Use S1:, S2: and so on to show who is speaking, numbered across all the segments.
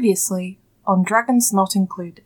S1: Previously on Dragons Not Included.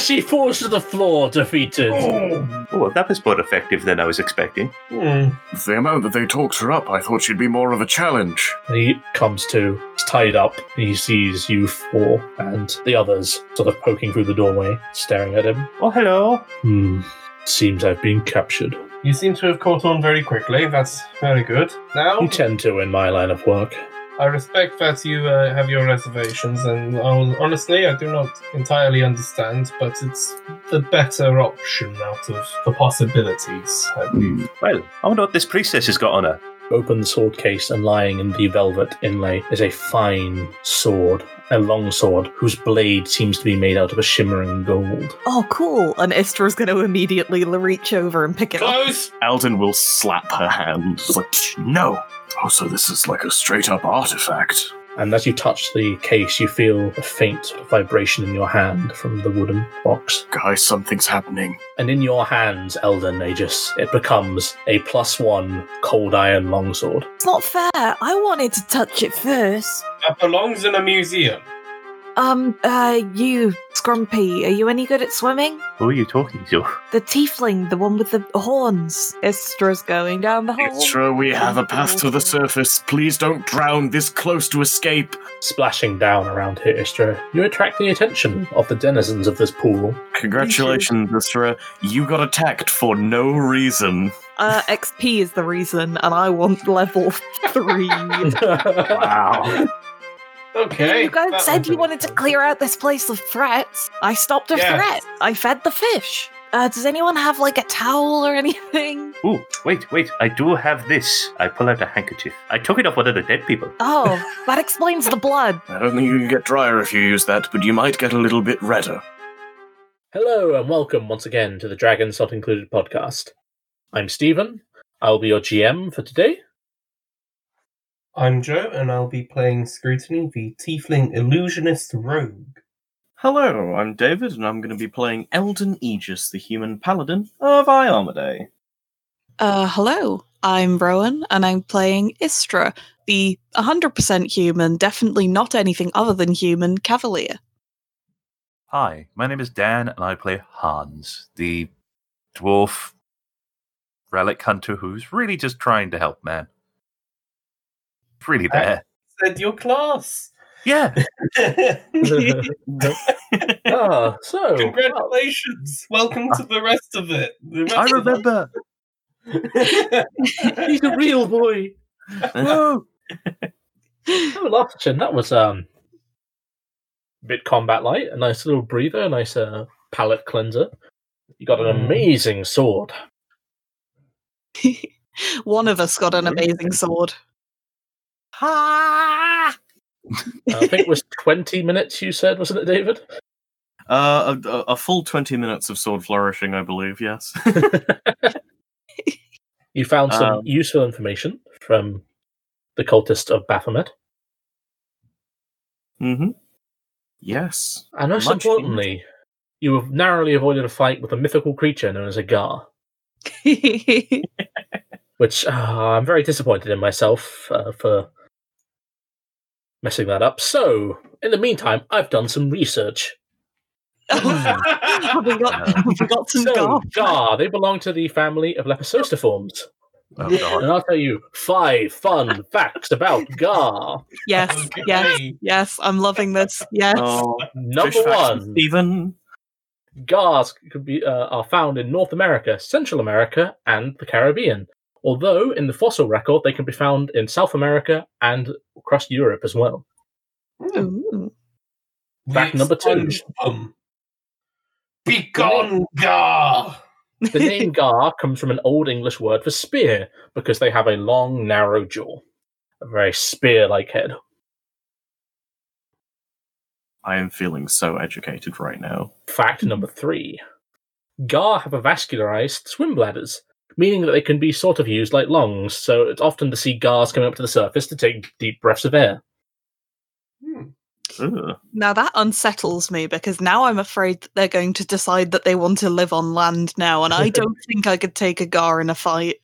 S2: She falls to the floor, defeated.
S3: Oh, that was more effective than I was expecting.
S4: Hmm.
S5: The amount that they talked her up, I thought she'd be more of a challenge.
S2: He comes to, he's tied up, and he sees you four and the others sort of poking through the doorway, staring at him.
S3: Oh, hello.
S2: Hmm, seems I've been captured.
S4: You seem to have caught on very quickly. That's very good. Now,
S2: You tend to in my line of work.
S4: I respect that you uh, have your reservations, and I'll, honestly, I do not entirely understand, but it's the better option out of the possibilities. I believe.
S3: Well, I wonder what this priestess has got on her.
S2: Open the sword case, and lying in the velvet inlay is a fine sword, a long sword, whose blade seems to be made out of a shimmering gold.
S6: Oh, cool. And Istra's going to immediately l- reach over and pick it up.
S4: Close!
S5: Alden will slap her hand. It's like, "Tch, no! Oh, so this is like a straight up artifact.
S2: And as you touch the case, you feel a faint sort of vibration in your hand from the wooden box.
S5: Guys, something's happening.
S2: And in your hands, Elden Aegis, it becomes a plus one cold iron longsword.
S6: It's not fair. I wanted to touch it first.
S4: That belongs in a museum.
S6: Um, uh, you, Scrumpy, are you any good at swimming?
S3: Who are you talking to?
S6: The tiefling, the one with the horns. Istra's going down the hole.
S5: Extra, we have a path to the surface. Please don't drown this close to escape.
S2: Splashing down around here, Istra, you attract the attention of the denizens of this pool.
S5: Congratulations, Istra. You got attacked for no reason.
S6: Uh, XP is the reason, and I want level three.
S5: Wow.
S4: Okay.
S6: you guys
S4: that
S6: said you
S4: one's
S6: wanted to clear out this place of threats. I stopped a
S4: Yes.
S6: threat. I fed the fish. Uh, does anyone have like a towel or anything?
S3: Ooh, wait, wait. I do have this. I pull out a handkerchief. I took it off one of the dead people.
S6: Oh, that explains the blood.
S5: I don't think you can get drier if you use that, but you might get a little bit redder.
S2: Hello, and welcome once again to the Dragons Not Included podcast. I'm Stephen. I'll be your GM for today.
S4: I'm Joe, and I'll be playing Scrutiny, the Tiefling Illusionist Rogue.
S7: Hello, I'm David, and I'm going to be playing Elden Aegis, the human paladin of Iarmaday.
S8: Uh, hello, I'm Rowan, and I'm playing Istra, the 100% human, definitely not anything other than human cavalier.
S9: Hi, my name is Dan, and I play Hans, the dwarf relic hunter who's really just trying to help, man.
S3: Uh,
S9: Really
S4: Hi.
S9: bad.
S4: Said your class!
S9: Yeah,
S2: ah, so
S4: Congratulations! Welcome to the rest of it. The rest
S9: I
S4: of it.
S9: remember.
S2: he's a real boy.
S9: Whoa.
S2: Oh, Lofton, that was um, a bit combat light, a nice little breather, a nice uh, palate cleanser. You got an
S4: Mm.
S2: amazing sword.
S8: One of us got an amazing sword.
S2: Uh, I think it was 20 minutes, you said, wasn't it, David?
S7: Uh, a, a- a full 20 minutes of sword flourishing, I believe, yes.
S2: You found some
S7: Um,
S2: useful information from the cultist of Baphomet.
S5: Mm-hmm.
S7: hmm Yes.
S2: And most
S7: Much
S2: importantly, you have narrowly avoided a fight with a mythical creature known as a Gar, which uh, I'm very disappointed in myself uh, for messing that up. So, in the meantime, I've done some research.
S8: Oh, have we got, have we got some
S2: Uh, So,
S8: garb?
S2: Gar, they belong to the family of Lepidosteriformes.
S9: Oh, God.
S2: And I'll tell you five fun facts about Gar.
S8: Yes, yes, yes, I'm loving this. Yes.
S7: Oh,
S2: Number
S7: fish facts from
S2: one,
S7: Stephen.
S2: Gars could be, uh, are found in North America, Central America, and the Caribbean. Although in the fossil record, they can be found in South America and across Europe as well.
S4: Hmm.
S8: Ooh.
S2: Fact number two.
S4: two. Begone, Gar!
S2: The name Gar comes from an old English word for spear because they have a long, narrow jaw, a very spear-like head.
S7: I am feeling so educated right now.
S2: Fact number three Gar have a vascularized swim bladders, meaning that they can be sort of used like lungs, so it's often to see gars coming up to the surface to take deep breaths of air.
S4: Hmm,
S7: Ugh.
S8: Now that unsettles me because now I'm afraid that they're going to decide that they want to live on land now, and I don't think I could take a gar in a fight.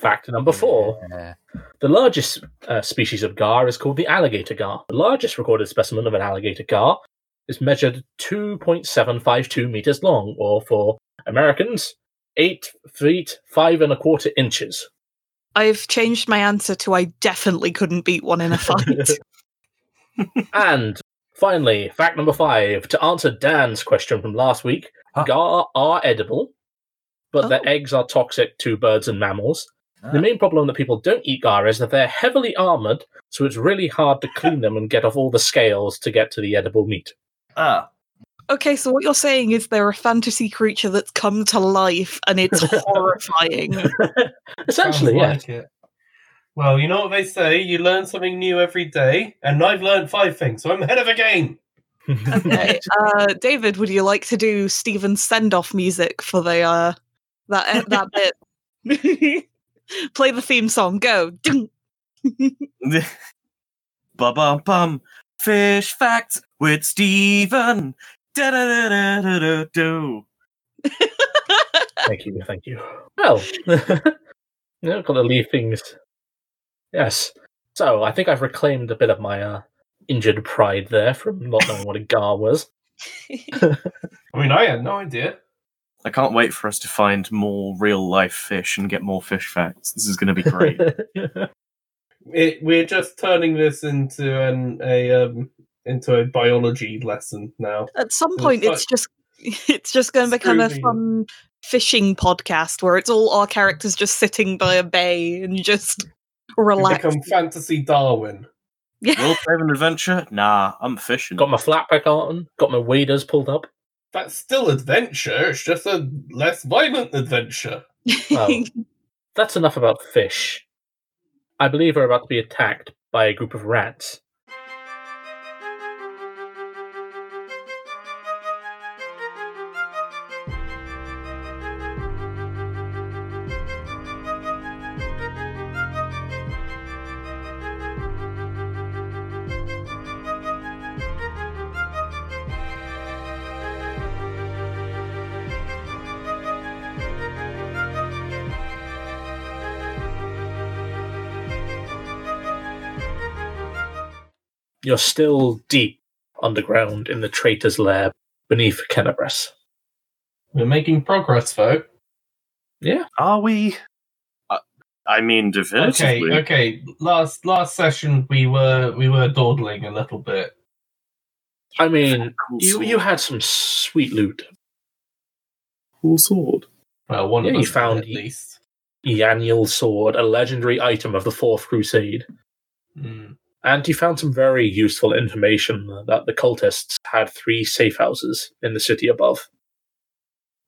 S2: Fact number four.
S3: Yeah.
S2: The largest uh, species of gar is called the alligator gar. The largest recorded specimen of an alligator gar is measured 2.752 meters long, or for Americans, 8 feet 5 and a quarter inches.
S8: I've changed my answer to I definitely couldn't beat one in a fight.
S2: and finally, fact number five to answer Dan's question from last week
S3: Huh.
S2: gar are edible, but their
S8: Oh.
S2: eggs are toxic to birds and mammals. The
S3: Ah.
S2: main problem that people don't eat gar is that they're heavily armored, so it's really hard to clean them and get off all the scales to get to the edible meat.
S3: Ah,
S8: okay, so what you're saying is they're a fantasy creature that's come to life and it's horrifying.
S2: Essentially, yeah.
S4: Sounds like it. Well, you know what they say: you learn something new every day, and I've learned five things, so I'm ahead of a game.
S8: Okay, uh, David, would you like to do Stephen's send off music for the uh, that that bit? Play the theme song. Go. Ding.
S5: ba bum bum. Fish facts with Steven. Da da da da da da do.
S2: Thank you, thank you. Well, yeah, got to leave things. Yes. So I think I've reclaimed a bit of my uh, injured pride there from not knowing what a gar was.
S4: I mean, I had no idea.
S5: I can't wait for us to find more real life fish and get more fish facts. This is going to be great.
S4: It, we're just turning this into an a um, into a biology lesson now.
S8: At some
S4: It's
S8: point, it's
S4: like-
S8: just it's just going to become a
S4: Screw me.
S8: fun fishing podcast where it's all our characters just sitting by a bay and just
S4: We
S8: relax.
S4: become fantasy Darwin.
S8: yeah.
S5: Will save an adventure? Nah, I'm fishing.
S2: got my flatpack on, got my waders pulled up.
S4: That's still adventure. It's just a less violent adventure.
S2: Well, that's enough about fish. I believe we're about to be attacked by a group of rats. You're still deep underground in the traitor's lair beneath Kenebras.
S4: We're making progress, though.
S2: Yeah.
S3: are we?
S5: I mean,
S4: Okay,
S5: definitively.
S4: okay. Last last session, we were we were dawdling a little bit.
S2: I mean,
S5: Cool
S2: you,
S5: sword.
S2: you had some sweet loot.
S5: cool sword.
S4: Well, one
S2: Yeah,
S4: of
S2: you
S4: us did
S2: found
S4: at
S2: ye-
S4: least.
S2: Yaniel sword, a legendary item of the Fourth Crusade.
S4: Mm.
S2: And you found some very useful information that the cultists had three safe houses in the city above.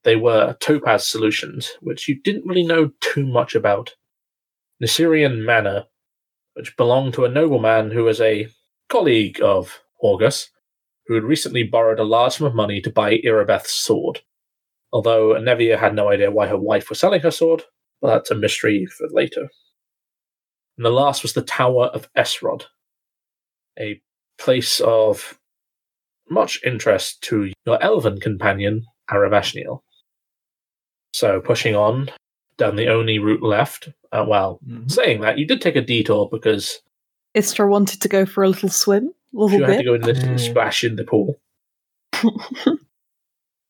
S2: They were Topaz Solutions, which you didn't really know too much about. Nasirian Manor, which belonged to a nobleman who was a colleague of August, who had recently borrowed a large sum of money to buy Irabeth's sword. Although Nevia had no idea why her wife was selling her sword, but that's a mystery for later. And the last was the Tower of Esrod, a place of much interest to your elven companion, Aravashniel. So, pushing on down the only route left, uh, well, saying that, you did take a detour because
S6: Istra wanted to go for a little swim, a
S2: you
S6: little
S2: had to
S6: bit,
S2: go in the
S4: Mm.
S2: splash in the pool.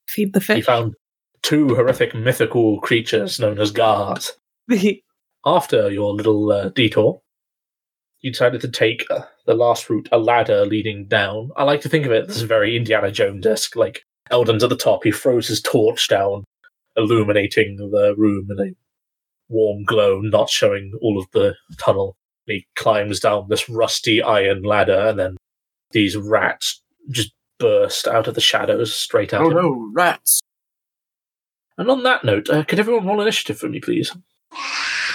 S6: feed the
S2: You
S6: fish.
S2: found two horrific mythical creatures known as guards. after your little uh, detour, you decided to take uh, the last route, a ladder leading down. I like to think of it as very Indiana Jones esque. Like Eldon's at the top, he throws his torch down, illuminating the room in a warm glow, not showing all of the tunnel. He climbs down this rusty iron ladder, and then these rats just burst out of the shadows straight at
S5: Oh
S2: him.
S5: no, rats!
S2: And on that note, uh, could everyone roll initiative for me, please?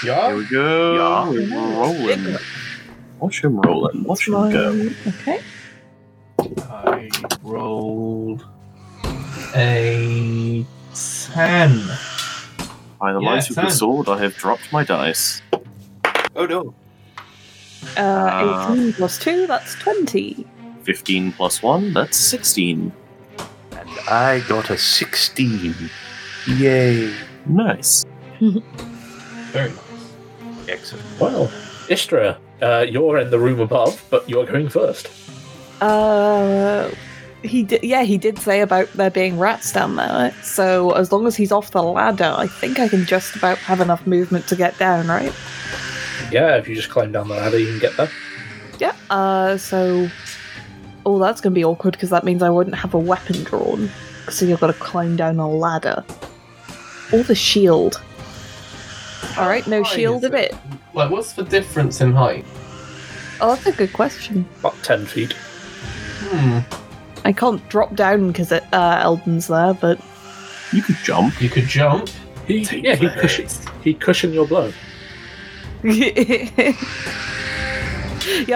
S5: Here
S4: Yeah.
S5: we go.
S3: Yeah.
S5: We're rolling. Watch him rolling. Watch him go.
S6: Okay.
S4: I rolled a ten.
S5: By the
S4: Yeah,
S5: light of the
S4: ten.
S5: sword, I have dropped my dice. Oh no.
S6: Uh,
S2: Ah.
S5: Uh,
S6: 18 plus 2, that's 20.
S5: 15 plus 1, that's 16.
S3: And I got a 16. Yay.
S5: Nice.
S4: Very nice.
S3: Excellent.
S2: Well, Istra, uh, you're in the room above, but you're going first.
S8: Uh, he did. Yeah, he did say about there being rats down there. So as long as he's off the ladder, I think I can just about have enough movement to get down, right?
S2: Yeah, if you just climb down the ladder, you can get there.
S8: Yeah. Uh, so, oh, that's gonna be awkward because that means I wouldn't have a weapon drawn. So you've got to climb down a ladder. Or the shield. All right, no
S4: Why
S8: shield
S4: is
S8: of it.
S4: Like, what's the difference in height?
S8: Oh, that's a good question.
S2: About 10 feet.
S4: Hmm.
S8: I can't drop down because uh, Eldon's there, but
S5: You could jump.
S4: You could jump.
S2: He,
S5: Take
S2: yeah, he
S5: that.
S2: cushions, he cushioned your blow.
S8: yeah,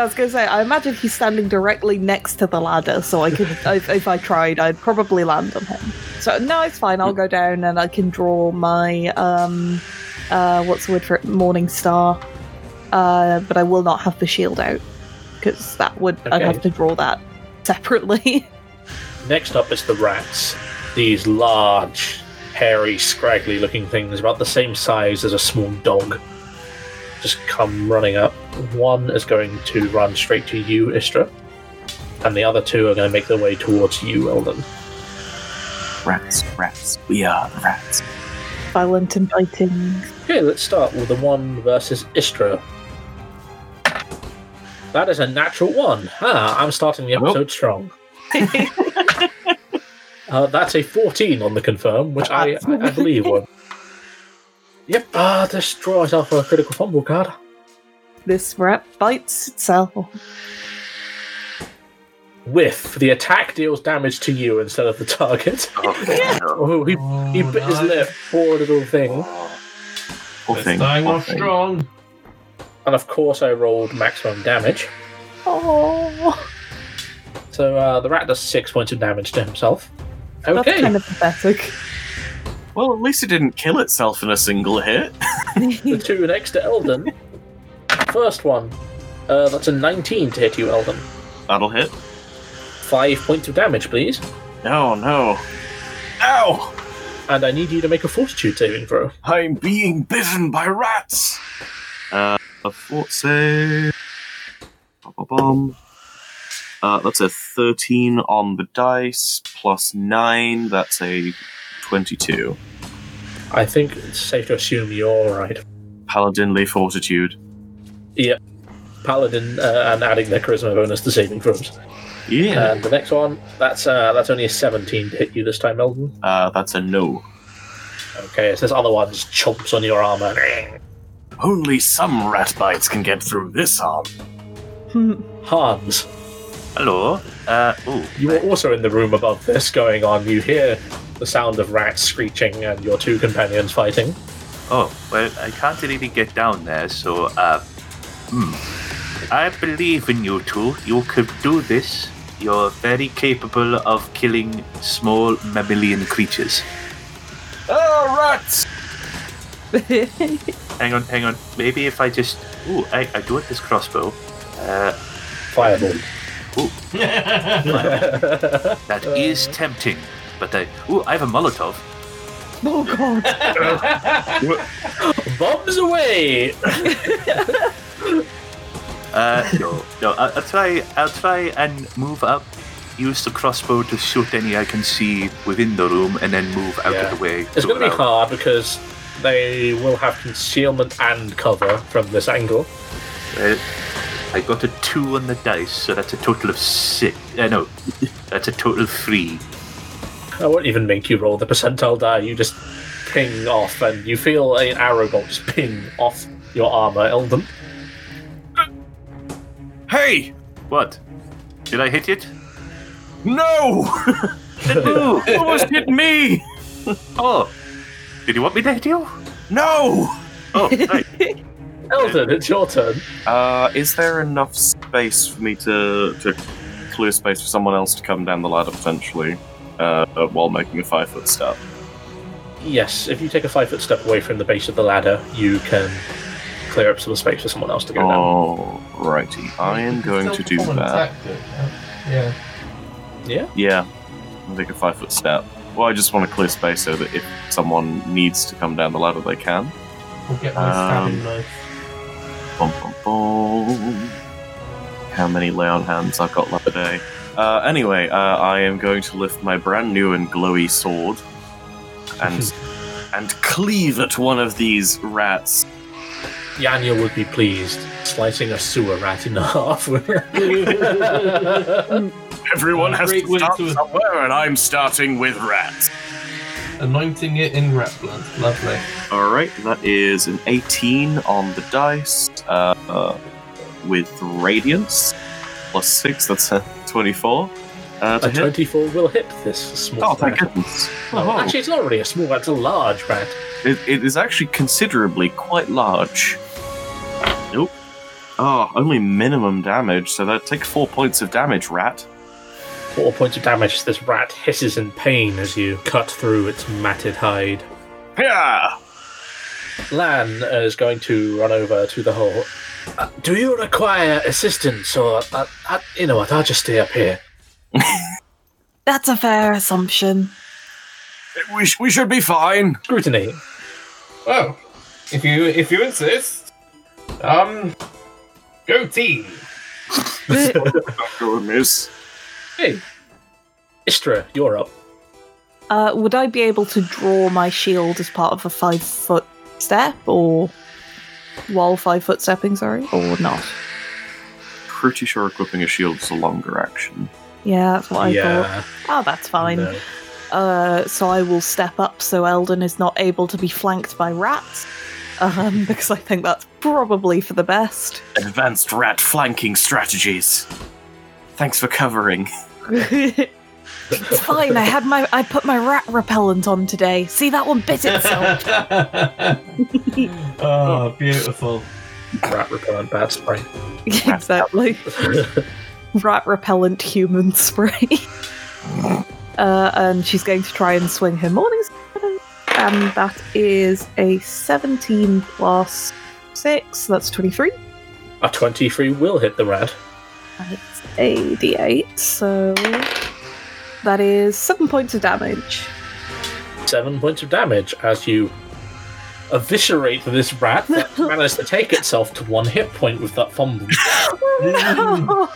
S8: I was gonna say. I imagine he's standing directly next to the ladder, so I could, if, if I tried, I'd probably land on him. So no, it's fine. I'll go down and I can draw my um, uh, what's the word for it? Morning star. Uh, but I will not have the shield out because that would I'd
S2: Okay.
S8: have to draw that separately.
S2: Next up is the rats. These large, hairy, scraggly looking things, about the same size as a small dog, just come running up. One is going to run straight to you, Istra, and the other two are going to make their way towards you, Eldon.
S5: Rats, rats. We are the rats.
S8: Violent and biting.
S2: Okay, let's start with the one versus Istra. That is a natural one. Ah, I'm starting the episode strong. uh, that's a 14 on the confirm, which I, I, I believe was. Yep, ah, this draws off a critical fumble card.
S8: This rat bites itself.
S2: Whiff. The attack deals damage to you instead of the target.
S5: Oh, no.
S2: Oh, he, he
S4: Oh,
S2: bit his
S4: no.
S2: lip, poor little thing.
S5: Poor
S4: It's
S5: thing.
S4: dying
S5: poor
S4: off
S5: thing.
S4: strong.
S2: And of course, I rolled maximum damage.
S8: Oh,
S2: So uh, the rat does six points of damage to himself. Okay.
S8: that's kind of pathetic.
S5: Well, at least it didn't kill itself in a single hit.
S2: the two next to Eldon. First one, uh, that's a 19 to hit you, Eldon.
S5: That'll hit.
S2: Five points of damage, please.
S5: Oh no. Ow!
S2: And I need you to make a fortitude saving throw.
S5: I'm being bitten by rats! Uh, a fort save. Ba-ba-bum. Uh, that's a 13 on the dice, plus 9, that's a 22.
S2: I think it's safe to assume you're alright.
S5: Paladinly fortitude.
S2: Paladin uh, and adding their charisma bonus to saving throws.
S5: Yeah.
S2: And the next one, that's uh, that's only a 17 to hit you this time, Eldon.
S5: Uh, that's a no.
S2: Okay, so this other one just chomps on your armor.
S5: Only some rat bites can get through this arm.
S2: Hans,
S3: Hello. Uh, ooh,
S2: you were also in the room above this going on. You hear the sound of rats screeching and your two companions fighting.
S3: Oh, well, I can't really get down there, so, uh, hmm. I believe in you two. You could do this. You're very capable of killing small mammalian creatures.
S5: Oh, rats!
S3: Hang on, hang on. Maybe if I just. Ooh, I, I do have this crossbow. Uh,
S2: Fireball.
S3: that is tempting, but I. Ooh, I have a Molotov.
S8: oh god.
S2: Bombs away!
S3: Uh, no, no. I'll, I'll try. I'll try and move up. Use the crossbow to shoot any I can see within the room, and then move out
S2: Yeah.
S3: of the way.
S2: It's going to be
S3: around.
S2: hard because they will have concealment and cover from this angle.
S3: Well, I got a two on the dice, so that's a total of six. Uh, no, that's a total of three.
S2: I won't even make you roll the percentile die. You just ping off, and you feel an arrow bolt just ping off your armor, Eldon.
S5: Hey!
S3: What? Did I hit it?
S5: No!
S3: Ooh,
S5: You almost hit me!
S3: oh, did you want me to hit you?
S5: No!
S3: Oh, right.
S2: Eldon, it's your turn.
S5: Uh, is there enough space for me to, to clear space for someone else to come down the ladder potentially uh, while making a five foot step?
S2: Yes, if you take a five foot step away from the base of the ladder, you can clear up some space for someone else to go
S5: Oh.
S2: down.
S5: Alrighty, I am
S4: You can
S5: going
S4: still
S5: to do
S4: perform an
S5: that.
S4: attack, don't you? Yeah.
S5: Yeah, I'll take a five foot step. Well, I just want to clear space so that if someone needs to come down the ladder, they can.
S4: We'll get my stabbing
S5: Um,
S4: knife.
S5: Bum, bum, bum. How many lay on hands I've got left today? Uh, anyway, uh, I am going to lift my brand new and glowy sword and and cleave at one of these rats.
S2: Yanya would be pleased, slicing a sewer rat in half.
S5: Everyone has
S4: Uh, Great
S5: to
S4: way
S5: start
S4: to-
S5: somewhere, and I'm starting with rats.
S4: Anointing it in rat blood. Lovely.
S5: All right, that is an 18 on the dice uh, uh, with radiance plus six. That's a 24. Uh, to
S2: A
S5: hit.
S2: 24 will hit this small
S5: Oh, thank
S2: rat.
S5: goodness! Oh.
S2: No, Actually, it's not really a small rat, it's a large rat.
S5: It, it is actually considerably quite large. Nope. Oh, only minimum damage, so that take four points of damage, rat.
S2: Four points of damage, this rat hisses in pain as you cut through its matted hide.
S5: Yeah.
S2: Lan uh, is going to run over to the hole. Uh, do you require assistance, or uh, uh, you know what? I'll just stay up here.
S10: That's a fair assumption.
S5: We, sh- we should be fine.
S2: Scrutiny.
S4: Well, Oh, if you if you insist, um, go team.
S8: Uh,
S5: Go and miss.
S2: Hey, Istra, you're up.
S8: Uh, would I be able to draw my shield as part of a five foot step or while five foot stepping, sorry, or not?
S5: Pretty sure equipping a shield is a longer action.
S8: Yeah, that's what I
S2: yeah.
S8: thought. Oh, that's fine.
S2: no.
S8: Uh, so I will step up so Eldon is not able to be flanked by rats, um, because I think that's probably for the best.
S5: Advanced rat flanking strategies. Thanks for covering.
S8: it's fine. I had my I put my rat repellent on today. See that one bit itself.
S4: oh, Ah, beautiful.
S2: Rat repellent bat spray.
S8: exactly. rat repellent human spray. uh, and she's going to try and swing her morning star. And that is a 17 plus 6, so that's 23.
S2: A 23 will hit the rat.
S8: And it's a d8, so that is 7 points of damage.
S2: Seven points of damage as you eviscerate this rat that managed to take itself to one hit point with that fumble.
S8: oh,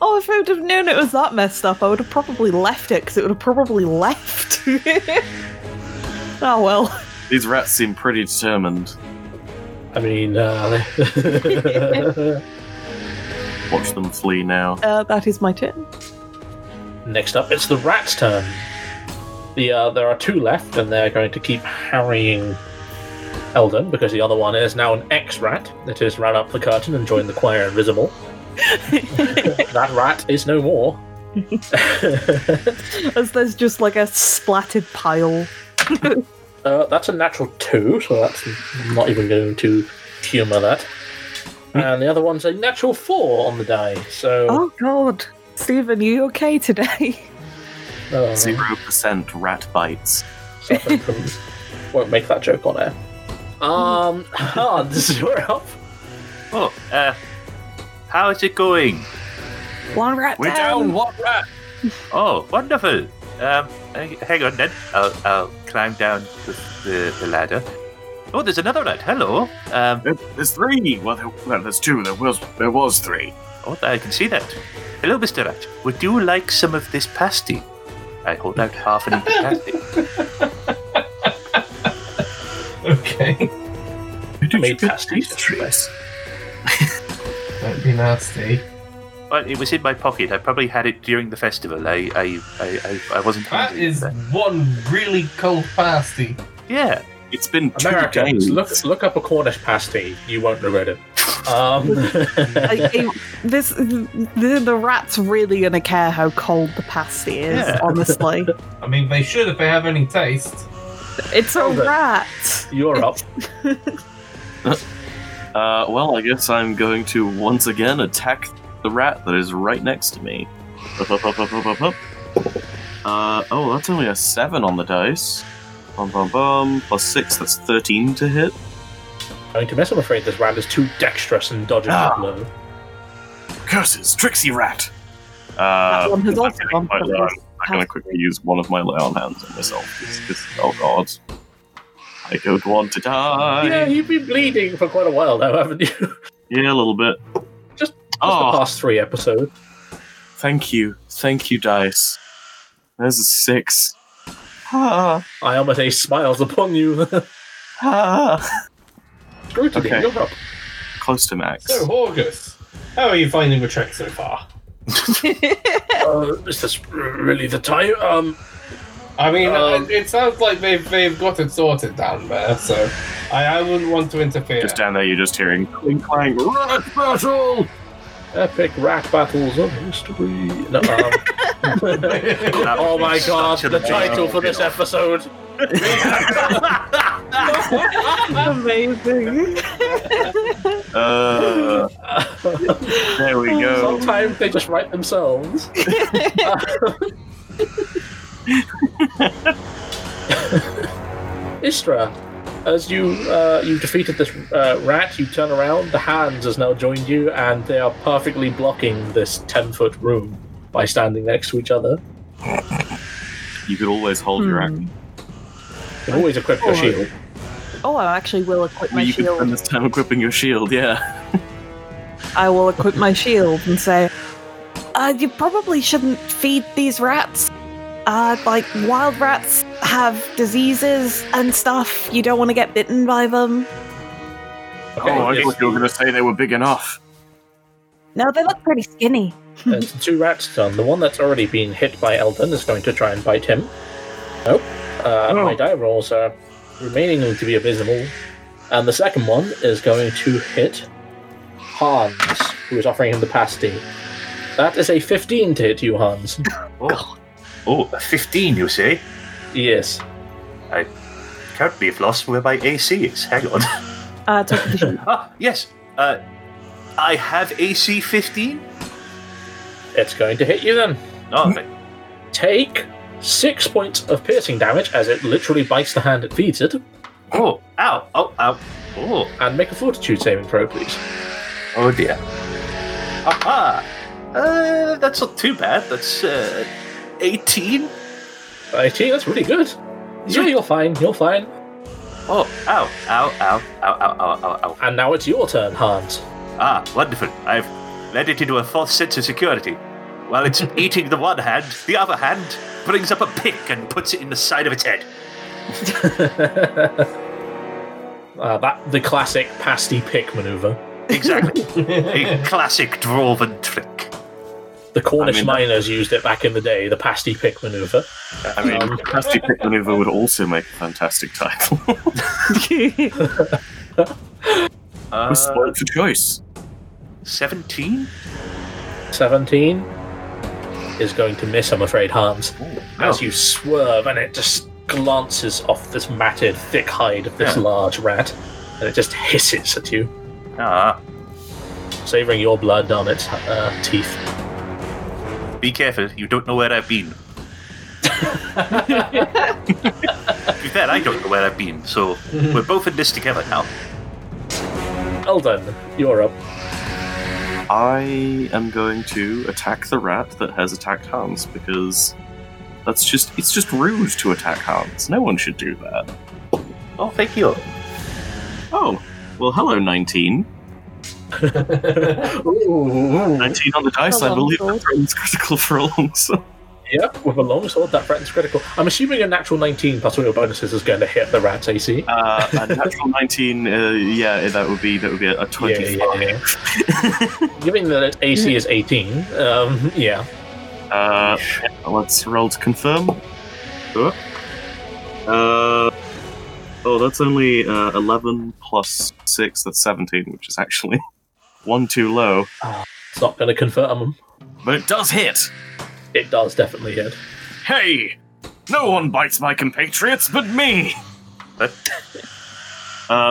S8: Oh, if I would have known it was that messed up, I would have probably left it because it would have probably left. oh well.
S5: These rats seem pretty determined.
S2: I mean, uh,
S5: Watch them flee now.
S8: Uh, that is my turn.
S2: next up, it's the rat's turn. The uh, there are two left, and they're going to keep harrying Eldon because the other one is now an ex-rat that has ran up the curtain and joined the choir invisible. that rat is no more.
S8: As there's just like a splattered pile.
S2: Uh, that's a natural two, so that's I'm not even going to humour that. And the other one's a natural four on the die, so
S8: Oh god. Stephen, you okay today?
S2: uh,
S5: Zero percent rat bites.
S2: suffering from won't make that joke on air. Um, Hans, you're up.
S3: Oh, uh, how is it going?
S8: One rat
S5: We're
S8: down.
S5: down one rat.
S3: Oh, wonderful. Um, h- hang on then. I'll, I'll climb down the, the, the ladder. Oh, there's another rat. Hello. Um,
S5: There- There's three. Well, there, well, there's two. There was there was three.
S3: oh, I can see that. Hello, Mr. Rat. Would you like some of this pasty? I hold out half an inch of pasty.
S2: I
S4: Okay,
S2: made pasties.
S4: that'd be nasty.
S3: Well, it was in my pocket. I probably had it during the festival. I I, I, I, I wasn't
S4: That
S3: hungry,
S4: is
S3: but-
S4: one really cold pasty.
S3: Yeah.
S5: It's been two
S2: Americans,
S5: days.
S2: look look up a Cornish pasty. You won't regret it. Um,
S8: I- I- this the, the rat's really gonna care how cold the pasty is.
S3: Yeah.
S8: Honestly,
S4: I mean, they should if they have any taste.
S8: it's a
S2: Hold on.
S8: rat.
S2: you're up.
S5: Uh, well, I guess I'm going to once again attack the rat that is right next to me. Up, up, up, up, up, up, up. Uh, oh, that's only a seven on the dice. Bum bum bum. Plus six. That's thirteen to hit.
S2: Going to miss. I'm afraid this rat is too dexterous and dodging
S5: Ah.
S2: the blow.
S5: Curses, Trixie Rat. Uh,
S8: That one has
S5: I'm
S8: also
S5: getting
S8: gone
S5: quite
S8: for the
S5: low.
S8: first
S5: I'm going to
S8: pass.
S5: quickly use one of my lay on hands on myself. This, this, oh god. I don't want to die.
S2: Yeah, you've been bleeding for quite a while now, haven't you? Just
S5: Yeah, a little bit.
S2: the
S5: Oh,
S2: past three episodes.
S5: thank you. Thank you, Dice. There's a six. Ah,
S2: I almost say smiles upon you.
S5: ah.
S2: Scrutiny,
S5: Okay.
S2: you're up.
S5: Close to max.
S4: So, August, how are you finding the trek so far?
S2: Uh, is this r- really the time? Um,
S4: I mean,
S2: Um,
S4: it, it sounds like they've, they've got it sorted down there, so I, I wouldn't want to interfere.
S5: Just down there, you're just hearing clink clang.
S2: rack battle! Epic rack battles of history. No, um, oh my god, the title for this episode.
S8: Amazing.
S5: Uh, there we go.
S2: Sometimes they just write themselves. Istra, as you uh, you defeated this uh, rat, you turn around. The hands has now joined you, and they are perfectly blocking this ten foot room by standing next to each other.
S5: You could always hold your
S8: Hmm.
S5: action.
S2: They've always equipped your shield.
S8: Oh, I actually will equip
S5: Well,
S8: my
S5: you could
S8: shield.
S5: spend this time equipping your shield. Yeah.
S8: I will equip my shield and say, uh, you probably shouldn't feed these rats. Uh, like, wild rats have diseases and stuff. You don't want to get bitten by them.
S2: Okay,
S5: oh, I
S2: if-
S5: thought you were going to say they were big enough.
S8: No, they look pretty skinny.
S2: There's two rats done. Uh, The one that's already been hit by Eldon is going to try and bite him. Nope. Uh,
S5: Oh.
S2: My die rolls are remaining to be abysmal. And the second one is going to hit Hans, who is offering him the pasty. That is a 15 to hit you, Hans.
S3: Oh, oh a 15, you say?
S2: Yes.
S3: Can't be lost where my AC is. Hang on.
S8: Uh, take the shield.
S3: ah, yes. Uh, I have AC 15?
S2: It's going to hit you then.
S3: Oh, th-
S2: Take six points of piercing damage as it literally bites the hand it feeds it,
S3: oh, ow, oh, ow. Oh,
S2: and make a fortitude saving throw, please.
S3: oh dear. Aha! Uh, that's not too bad. That's uh, 18?
S2: 18, that's really good. Yeah, you're fine, you're fine.
S3: Oh, ow, ow, ow, ow, ow, ow, ow, ow.
S2: And now it's your turn, Hans.
S3: Ah, wonderful. I've led it into a false sense of security. While it's eating the one hand, the other hand brings up a pick and puts it in the side of its head.
S2: uh, that the classic pasty pick maneuver.
S3: Exactly. a classic dwarven trick.
S2: The Cornish
S5: I mean, that-
S2: miners used it back in the day. The pasty pick maneuver.
S5: I mean,
S2: Um.
S5: Fantastic Pick Maneuver would also make a fantastic title.
S3: Uh,
S5: We're spoiled for choice.
S3: 17?
S2: Seventeen is going to miss. I'm afraid, Hans, as
S3: As
S2: you swerve and it just glances off this matted, thick hide of this
S3: Yeah.
S2: large rat, and it just hisses at you,
S3: Ah,
S2: savoring your blood on its uh, teeth.
S3: be careful. You don't know where I've been. to be fair, I don't know where I've been, so we're both in this together now.
S2: Eldon, you're up.
S5: I am going to attack the rat that has attacked Hans because that's just it's just rude to attack Hans. No one should do that.
S3: Oh, thank you.
S5: Oh, well hello 19.
S2: Ooh.
S5: 19 on the dice, I
S8: Hello,
S5: believe that
S8: Lord.
S5: threatens critical for a long so-
S2: Yep, with a longsword that threatens critical. I'm assuming a natural 19 plus one of your bonuses is going to hit the rat's AC.
S5: Uh, a natural 19, uh, yeah, that would be that would be a, a 25.
S2: Given that its AC is 18, um, yeah.
S5: Uh, let's roll to confirm. Uh, uh, oh, that's only uh, 11 plus 6, that's 17, which is actually one too low.
S2: It's not going to confirm them.
S5: But it does hit!
S2: It does definitely hit.
S5: Hey! No one bites my compatriots but me! Uh,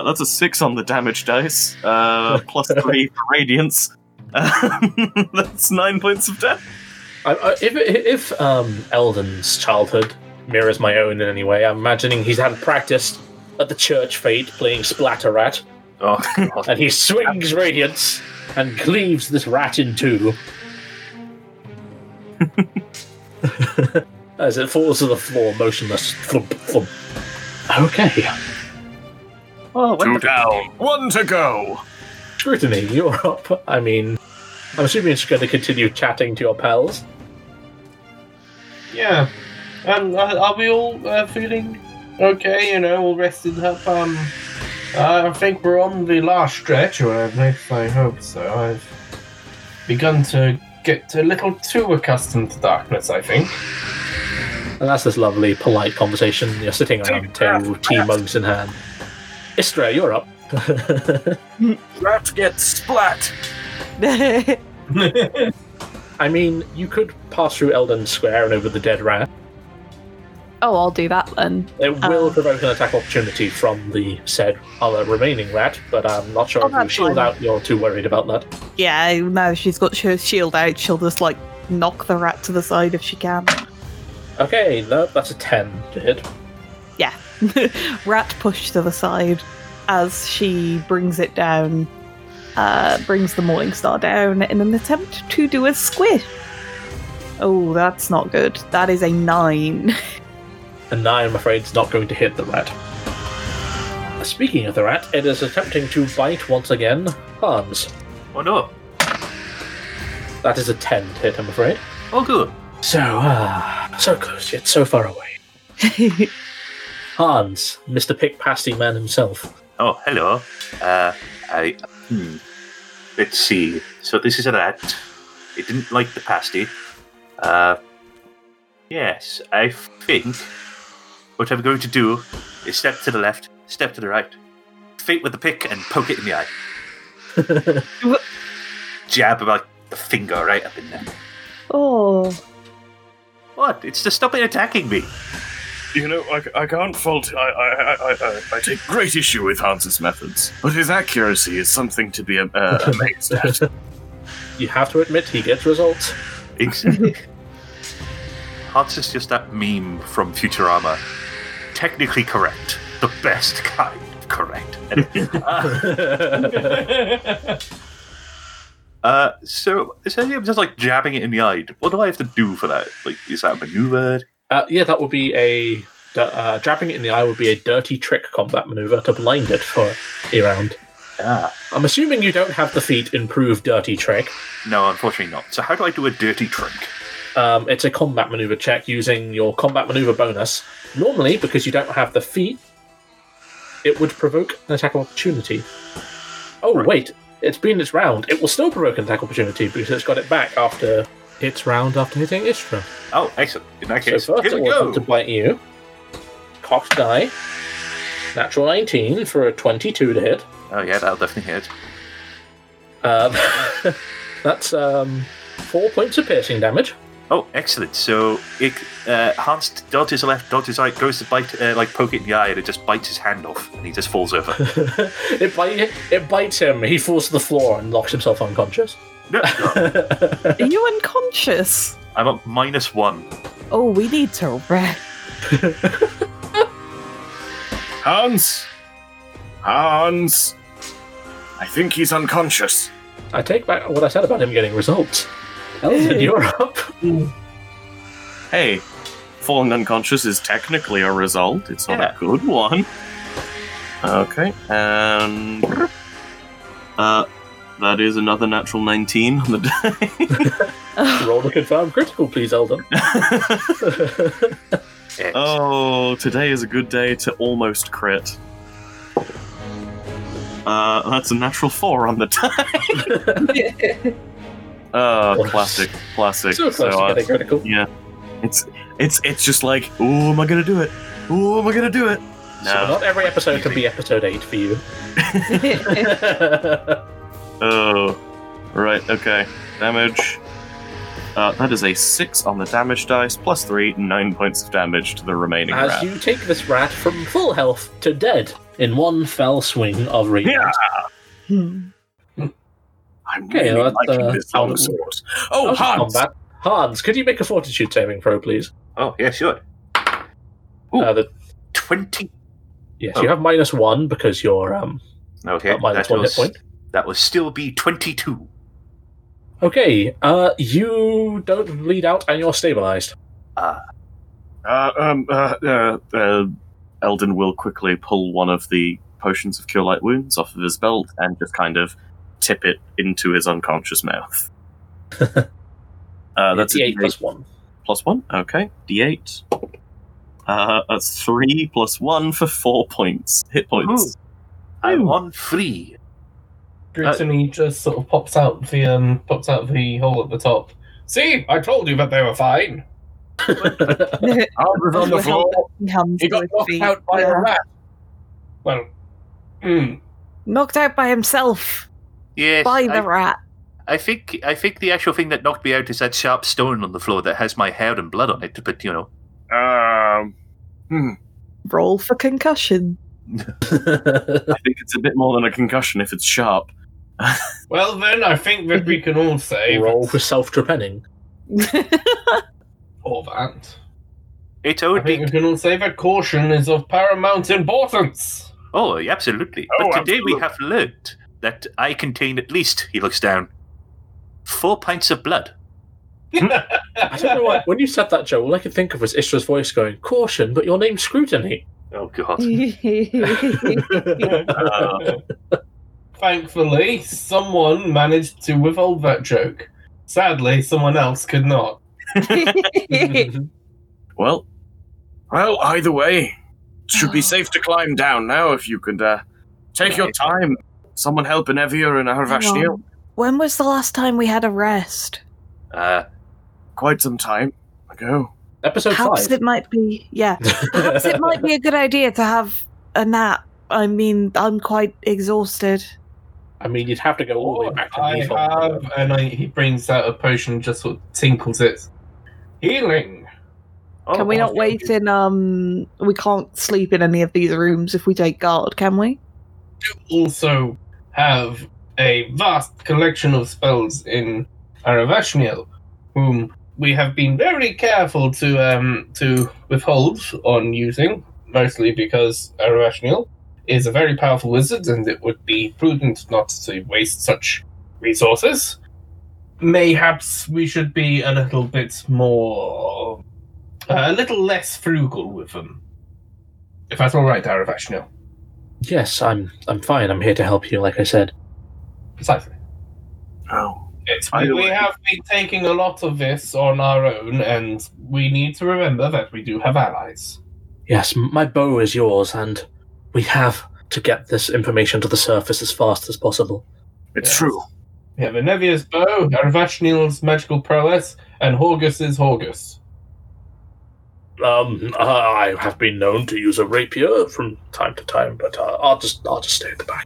S5: that's a 6 on the damage dice, uh, plus 3 for radiance. that's 9 points of damage.
S2: I, I, if if um, Eldon's childhood mirrors my own in any way, I'm imagining he's had practice at the church fete playing Splatter Rat,
S3: Oh, God.
S2: and he swings Radiance and cleaves this rat in two. As it falls to the floor, motionless. Flump, flump. Okay.
S3: Oh,
S2: Two
S3: down,
S2: one to go. Scrutiny, you're up. I mean, I'm assuming you're just going to continue chatting to your pals.
S4: Yeah. Um, are, are we all uh, feeling okay? You know, all rested up. Um, uh, I think we're on the last stretch, or at least I hope so. I've begun to get a little too accustomed to darkness. I think.
S2: And that's this lovely, polite conversation. You're sitting around a table, tea mugs in hand. Istra, you're up.
S7: Rat gets splat.
S2: I mean, you could pass through Eldon Square and over the dead rat.
S8: Oh, I'll do that then.
S2: It will
S8: Uh.
S2: provoke an attack opportunity from the said other remaining rat, but I'm not sure
S8: Oh,
S2: if you
S8: that's
S2: shield
S8: fine.
S2: out. You're too worried about that.
S8: Yeah, now she's got her shield out, she'll just like knock the rat to the side if she can.
S2: Okay, no, that's a ten to hit.
S8: Yeah. rat pushed to the side as she brings it down, uh, brings the Morningstar down in an attempt to do a squish. Oh, that's not good. That is a nine.
S2: And nine, I'm afraid, is not going to hit the rat. Speaking of the rat, it is attempting to bite once again. Hans,
S3: Oh no!
S2: that is a ten to hit. I'm afraid.
S3: Oh good.
S2: So, ah, so close yet so far away. Hans, Mr. Pick Pasty Man himself.
S3: Oh hello. Uh, I. Hmm. Let's see. So this is a rat. It didn't like the pasty. Uh, yes, I think what I'm going to do is step to the left, step to the right, feint with the pick, and poke it in the eye. Jab about the finger right up in there.
S8: Oh.
S3: What? It's to stop it attacking me.
S5: You know, I, I can't fault. I, I, I, I, I take great issue with Hans's methods, but his accuracy is something to be uh, amazed at.
S2: You have to admit he gets results.
S3: Exactly. Hans is just that meme from Futurama. Technically correct. The best kind of correct. Anyway, uh, uh, so, essentially, I'm just like jabbing it in the eye. What do I have to do for that? Like, is that maneuvered?
S2: Uh, yeah, that would be a d- uh, jabbing it in the eye would be a dirty trick combat maneuver to blind it for a round.
S3: Ah.
S2: I'm assuming you don't have the feat improve dirty trick.
S3: No, unfortunately not. So, how do I do a dirty trick?
S2: Um, it's a combat maneuver check using your combat maneuver bonus. Normally, because you don't have the feat, it would provoke an attack of opportunity. Oh wait, it's been its round. It will still provoke an attack opportunity because it's got it back after its round after hitting Istra.
S3: Oh, excellent. In that case,
S2: so first
S3: here
S2: it
S3: we
S2: will attempt to
S3: go.
S2: bite you. Cocked die. Natural 19 for a 22 to hit.
S3: Oh, yeah, that'll definitely hit.
S2: Um, that's um, four points of piercing damage.
S3: Oh, excellent. So it uh, Hans dodges left, dodges right, goes to bite, uh, like poke it in the eye, and it just bites his hand off, and he just falls over.
S2: It, bite, it bites him. He falls to the floor and knocks himself unconscious.
S3: No, no.
S8: Are you unconscious?
S3: I'm at minus one.
S8: Oh, we need to rest.
S5: Hans! Hans! I think he's unconscious.
S2: I take back what I said about him getting results. Elton, you're up.
S5: Hey, falling unconscious is technically a result. It's not
S3: Yeah.
S5: a good one. Okay, and uh, that is another natural nineteen on the die.
S2: Roll a confirmed critical, please, Eldon.
S3: Excellent.
S5: Oh, today is a good day to almost crit. Uh, that's a natural four on the die. Uh, classic, classic.
S2: so close to
S5: uh,
S2: getting critical.
S5: yeah, it's it's it's just like, oh, am I gonna do it? Oh, am I gonna do it?
S2: So
S5: No.
S2: not every episode can be episode 8 for you.
S5: Oh, right. Okay. Damage. Uh, that is a six on the damage dice, plus three, nine points of damage to the remaining
S2: As
S5: rat.
S2: you take this rat from full health to dead in one fell swing of regen.
S5: Yeah.
S8: Hmm.
S5: I'm
S2: Okay,
S5: really
S2: that's,
S5: liking
S2: uh,
S5: this
S2: out of-
S5: Allosaurus. Oh, Hans!
S2: Combat. Hans, could you make a fortitude saving throw, please?
S3: Oh, yeah, sure.
S2: Uh, the,
S3: Twenty.
S2: yes,
S3: Oh.
S2: you have minus one because you're um,
S3: Okay,
S2: at minus
S3: that
S2: one hit
S3: was,
S2: point.
S3: that will still be twenty-two.
S2: Okay, uh, you don't bleed out and you're stabilized.
S5: Uh, um, uh, uh, uh, Eldon will quickly pull one of the potions of cure light wounds off of his belt and just kind of tip it into his unconscious mouth. uh, that's a
S2: D8 plus
S5: D8.
S2: one.
S5: Plus one. Okay. D8. Uh, that's three plus one for four points. Hit points.
S3: I'm on three.
S4: Brittany just sort of pops out the um pops out the hole at the top. See, I told you that they were fine. I was on the floor. He got knocked out by a rat. Well, mm,
S10: Knocked out by himself
S3: Yes.
S10: by the
S3: I,
S10: rat.
S3: I think I think the actual thing that knocked me out is that sharp stone on the floor that has my hair and blood on it. But you know,
S5: Um,
S8: Roll for concussion.
S5: I think it's a bit more than a concussion if it's sharp.
S4: well then, I think that we can all say
S2: Roll for self trepanning.
S4: all that.
S3: it
S4: I
S3: only.
S4: think we can all say that caution is of paramount importance.
S3: Oh, absolutely.
S4: Oh,
S3: but today we
S4: absolutely.
S3: have learned that I contain at least. He looks down. Four pints of blood.
S2: Hmm? I don't know why. When you said that, Joe, all I could think of was Istra's voice going, Caution, but your name's Scrutiny.
S3: Oh God.
S4: Thankfully, someone managed to withhold that joke. Sadly, someone else could not.
S5: Well,
S11: Well, either way, it should
S5: Ah.
S11: be safe to climb down now if you could uh, take your time. Someone help Enevia and
S10: Hang
S11: Arvashnil.
S10: on. When was the last time we had a rest?
S3: Uh,
S11: Quite some time ago.
S2: Episode
S10: Perhaps it might be, yeah. Perhaps it might be a good idea to have a nap. I mean, I'm quite exhausted.
S2: I mean, you'd have to go all the way back to
S4: Oh, I
S2: Nephil.
S4: have, and I, he brings out a potion, and just sort of tinkles it. Healing.
S8: can we not wait in? Um, we can't sleep in any of these rooms if we take guard, can we?
S4: Also, have a vast collection of spells in Aravashniel, whom we have been very careful to um to withhold on using, mostly because Aravashniel is a very powerful wizard, and it would be prudent not to waste such resources. Mayhaps we should be a little bit more, uh, a little less frugal with them. If that's all right, Aravashniel.
S2: Yes, I'm I'm fine. I'm here to help you, like I said.
S4: Precisely.
S11: Oh.
S4: It's,
S11: By the
S4: we
S11: way-
S4: have been taking a lot of this on our own, and we need to remember that we do have allies.
S2: Yes, m- my bow is yours, and we have to get this information to the surface as fast as possible.
S11: It's true.
S4: We have Enevia's bow, Arvachnil's magical prowess, and Horgus's Horgus.
S2: Um, I I have been known to use a rapier from time to time, but uh, I'll just I'll just stay at the back.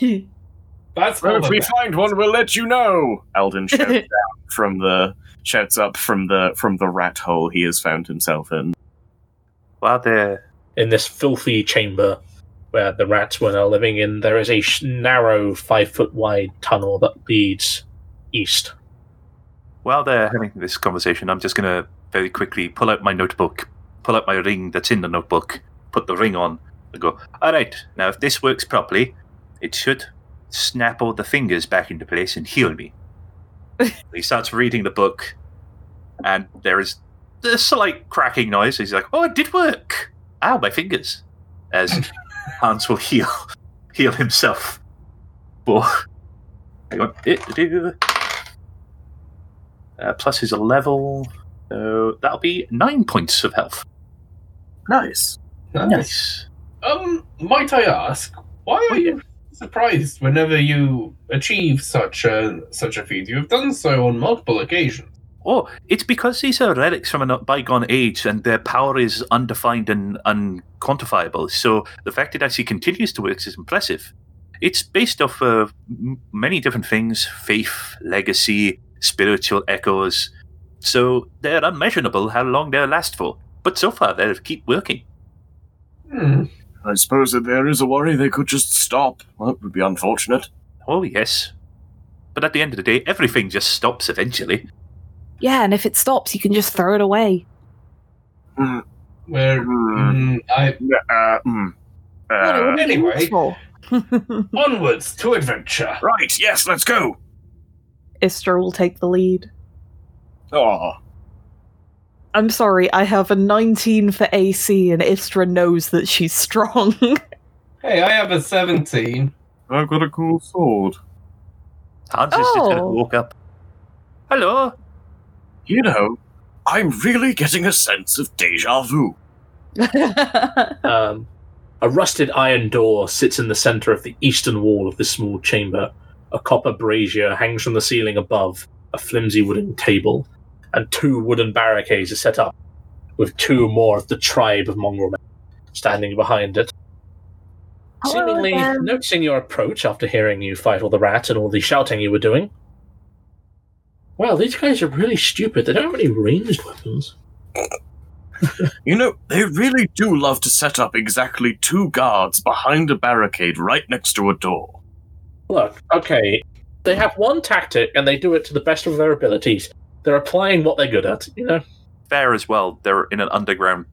S4: That's
S11: Well, if
S4: all
S11: we
S4: that-
S11: find one, we'll let you know.
S5: Eldon shouts down from the shouts up from the from the rat hole he has found himself in.
S3: While they're
S2: In this filthy chamber where the rats were now living in, there is a sh- narrow five foot wide tunnel that leads east.
S3: while they're having this conversation, I'm just gonna very quickly pull out my notebook, pull out my ring that's in the notebook, put the ring on, and go. All right, now if this works properly, it should snap all the fingers back into place and heal me. he starts reading the book, and there is a slight cracking noise. He's like, "Oh, it did work! Ow, my fingers!" As Hans will heal heal himself. For hang on, do, do, do. Uh, plus is a level, so that'll be nine points of health.
S11: Nice.
S3: Nice.
S4: Um, might I ask, why are you surprised whenever you achieve such a such a feat? You have done so on multiple occasions.
S3: Oh, it's because these are relics from a bygone age, and their power is undefined and unquantifiable. So the fact it actually continues to work is impressive. It's based off of m- many different things: faith, legacy, spiritual echoes. So they're unmeasurable how long they'll last for. But so far, they keep working.
S4: Hmm.
S11: I suppose that there is a worry they could just stop. That would be unfortunate.
S3: Oh yes, but at the end of the day, everything just stops eventually.
S10: Yeah, and if it stops, you can just throw it away.
S4: Where
S11: Hmm.
S4: mm, I
S5: Hmm.
S11: Uh, mm. Uh,
S10: What it would be
S4: anyway.
S10: useful.
S4: onwards to adventure.
S11: right, yes, let's go.
S8: Istra will take the lead.
S11: Oh,
S5: Ah,
S8: I'm sorry, I have a 19 for AC, and Istra knows that she's strong.
S4: Hey, I have a 17.
S11: I've got a cool sword.
S3: Hans is just going to
S4: Oh.
S3: walk up. Hello.
S5: You know, I'm really getting a sense of deja vu.
S2: Um, a rusted iron door sits in the center of the eastern wall of this small chamber. A copper brazier hangs from the ceiling above a flimsy wooden table, and two wooden barricades are set up, with two more of the tribe of mongrel men standing behind it. Seemingly noticing your approach after hearing you fight all the rats and all the shouting you were doing. Well, these guys are really stupid. They don't have any ranged weapons.
S5: You know, they really do love to set up exactly two guards behind a barricade right next to a door.
S2: Look, okay, they have one tactic and they do it to the best of their abilities. They're applying what they're good at, you know?
S3: Fair as well. They're in an underground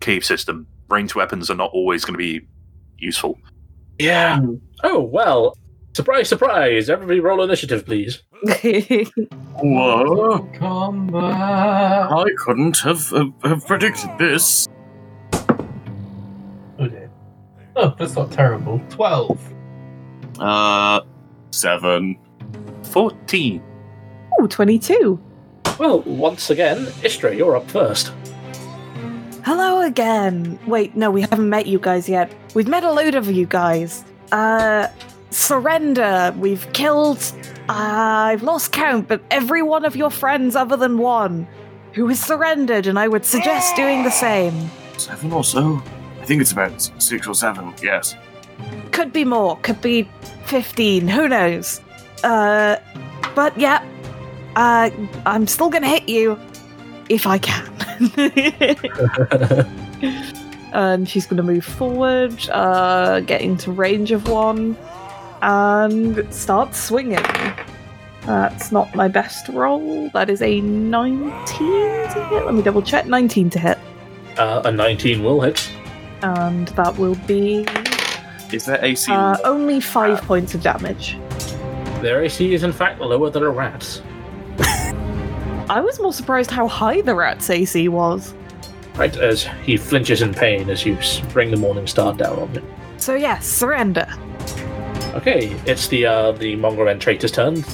S3: cave system. Ranged weapons are not always going to be useful.
S2: Yeah. Oh, well. Surprise, surprise. Everybody roll initiative, please.
S5: Whoa.
S4: Combat.
S5: I couldn't have, have, have predicted this.
S4: Oh, that's not terrible. 12.
S11: Uh, seven.
S3: 14.
S12: Oh, 22.
S2: Well, once again, Istra, you're up first.
S12: Hello again. Wait, no, we haven't met you guys yet. We've met a load of you guys. Uh, surrender. We've killed. Uh, I've lost count, but every one of your friends other than one who has surrendered, and I would suggest doing the same.
S5: Seven or so? I think it's about s- six or seven, yes.
S12: Could be more, could be 15, who knows? Uh, but yeah, uh, I'm still gonna hit you if I can.
S2: Uh,
S8: and she's going to move forward, uh, get into range of one, and start swinging. That's not my best roll. That is a 19 to hit. Let me double check. 19 to hit.
S2: Uh, a 19 will hit.
S8: And that will be
S11: Is there AC?
S8: uh, only five points of damage.
S2: Their AC is, in fact, lower than a rat's.
S8: I was more surprised how high the rat's AC was.
S2: Right, as he flinches in pain as you s- bring the Morning Star down on him.
S12: so yes, surrender.
S2: Okay, it's the uh, the mongrel and traitor's turn.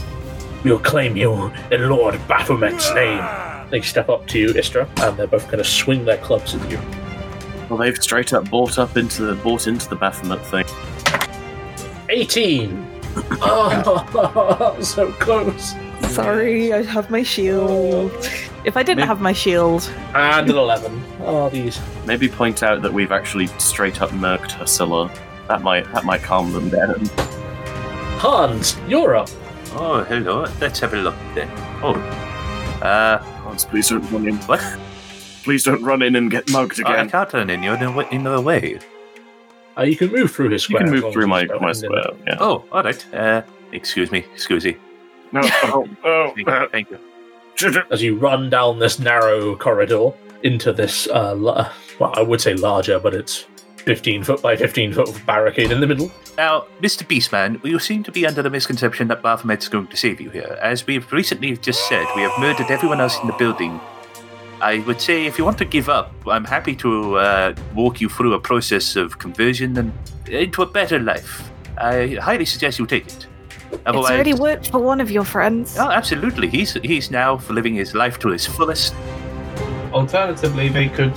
S2: We'll claim you in Lord Baphomet's name. They step up to you, Istra, and they're both going to swing their clubs at you.
S11: Well, they've straight up bought up into the bought into the Baphomet thing.
S2: 18! oh, so close.
S8: Sorry, I have my shield. If I didn't
S11: Maybe-
S8: have my shield,
S2: And an 11. Oh, these.
S11: Maybe point out that we've actually straight up murked Hussilla. That might that might calm them down.
S2: Hans, you're up.
S3: Oh, hello. Let's have a look then. Oh. Uh,
S11: Hans, please don't run in.
S3: What?
S11: Please don't run in and get mugged
S3: I
S11: again.
S3: can't turn in. You're in the way. In the way.
S2: Uh, you can move through his
S11: You
S2: square.
S11: can
S2: as
S11: move
S2: long
S11: through
S2: as
S11: my
S2: you don't
S11: my
S2: end in
S11: square.
S2: it.
S11: Yeah.
S3: Oh, all right. Uh, excuse me. Excuse me.
S11: No. Oh. oh
S3: Thank
S11: uh,
S3: you. Thank you.
S2: As you run down this narrow corridor into this, uh, la- well, I would say larger, but it's 15 foot by 15 foot barricade in the middle.
S3: Now, Mr. Beastman, you seem to be under the misconception that Baphomet's going to save you here. As we've recently just said, we have murdered everyone else in the building. I would say if you want to give up, I'm happy to uh, walk you through a process of conversion and into a better life. I highly suggest you take it.
S12: it's already worked for one of your friends.
S3: oh, absolutely. He's he's now living his life to his fullest.
S4: Alternatively, they could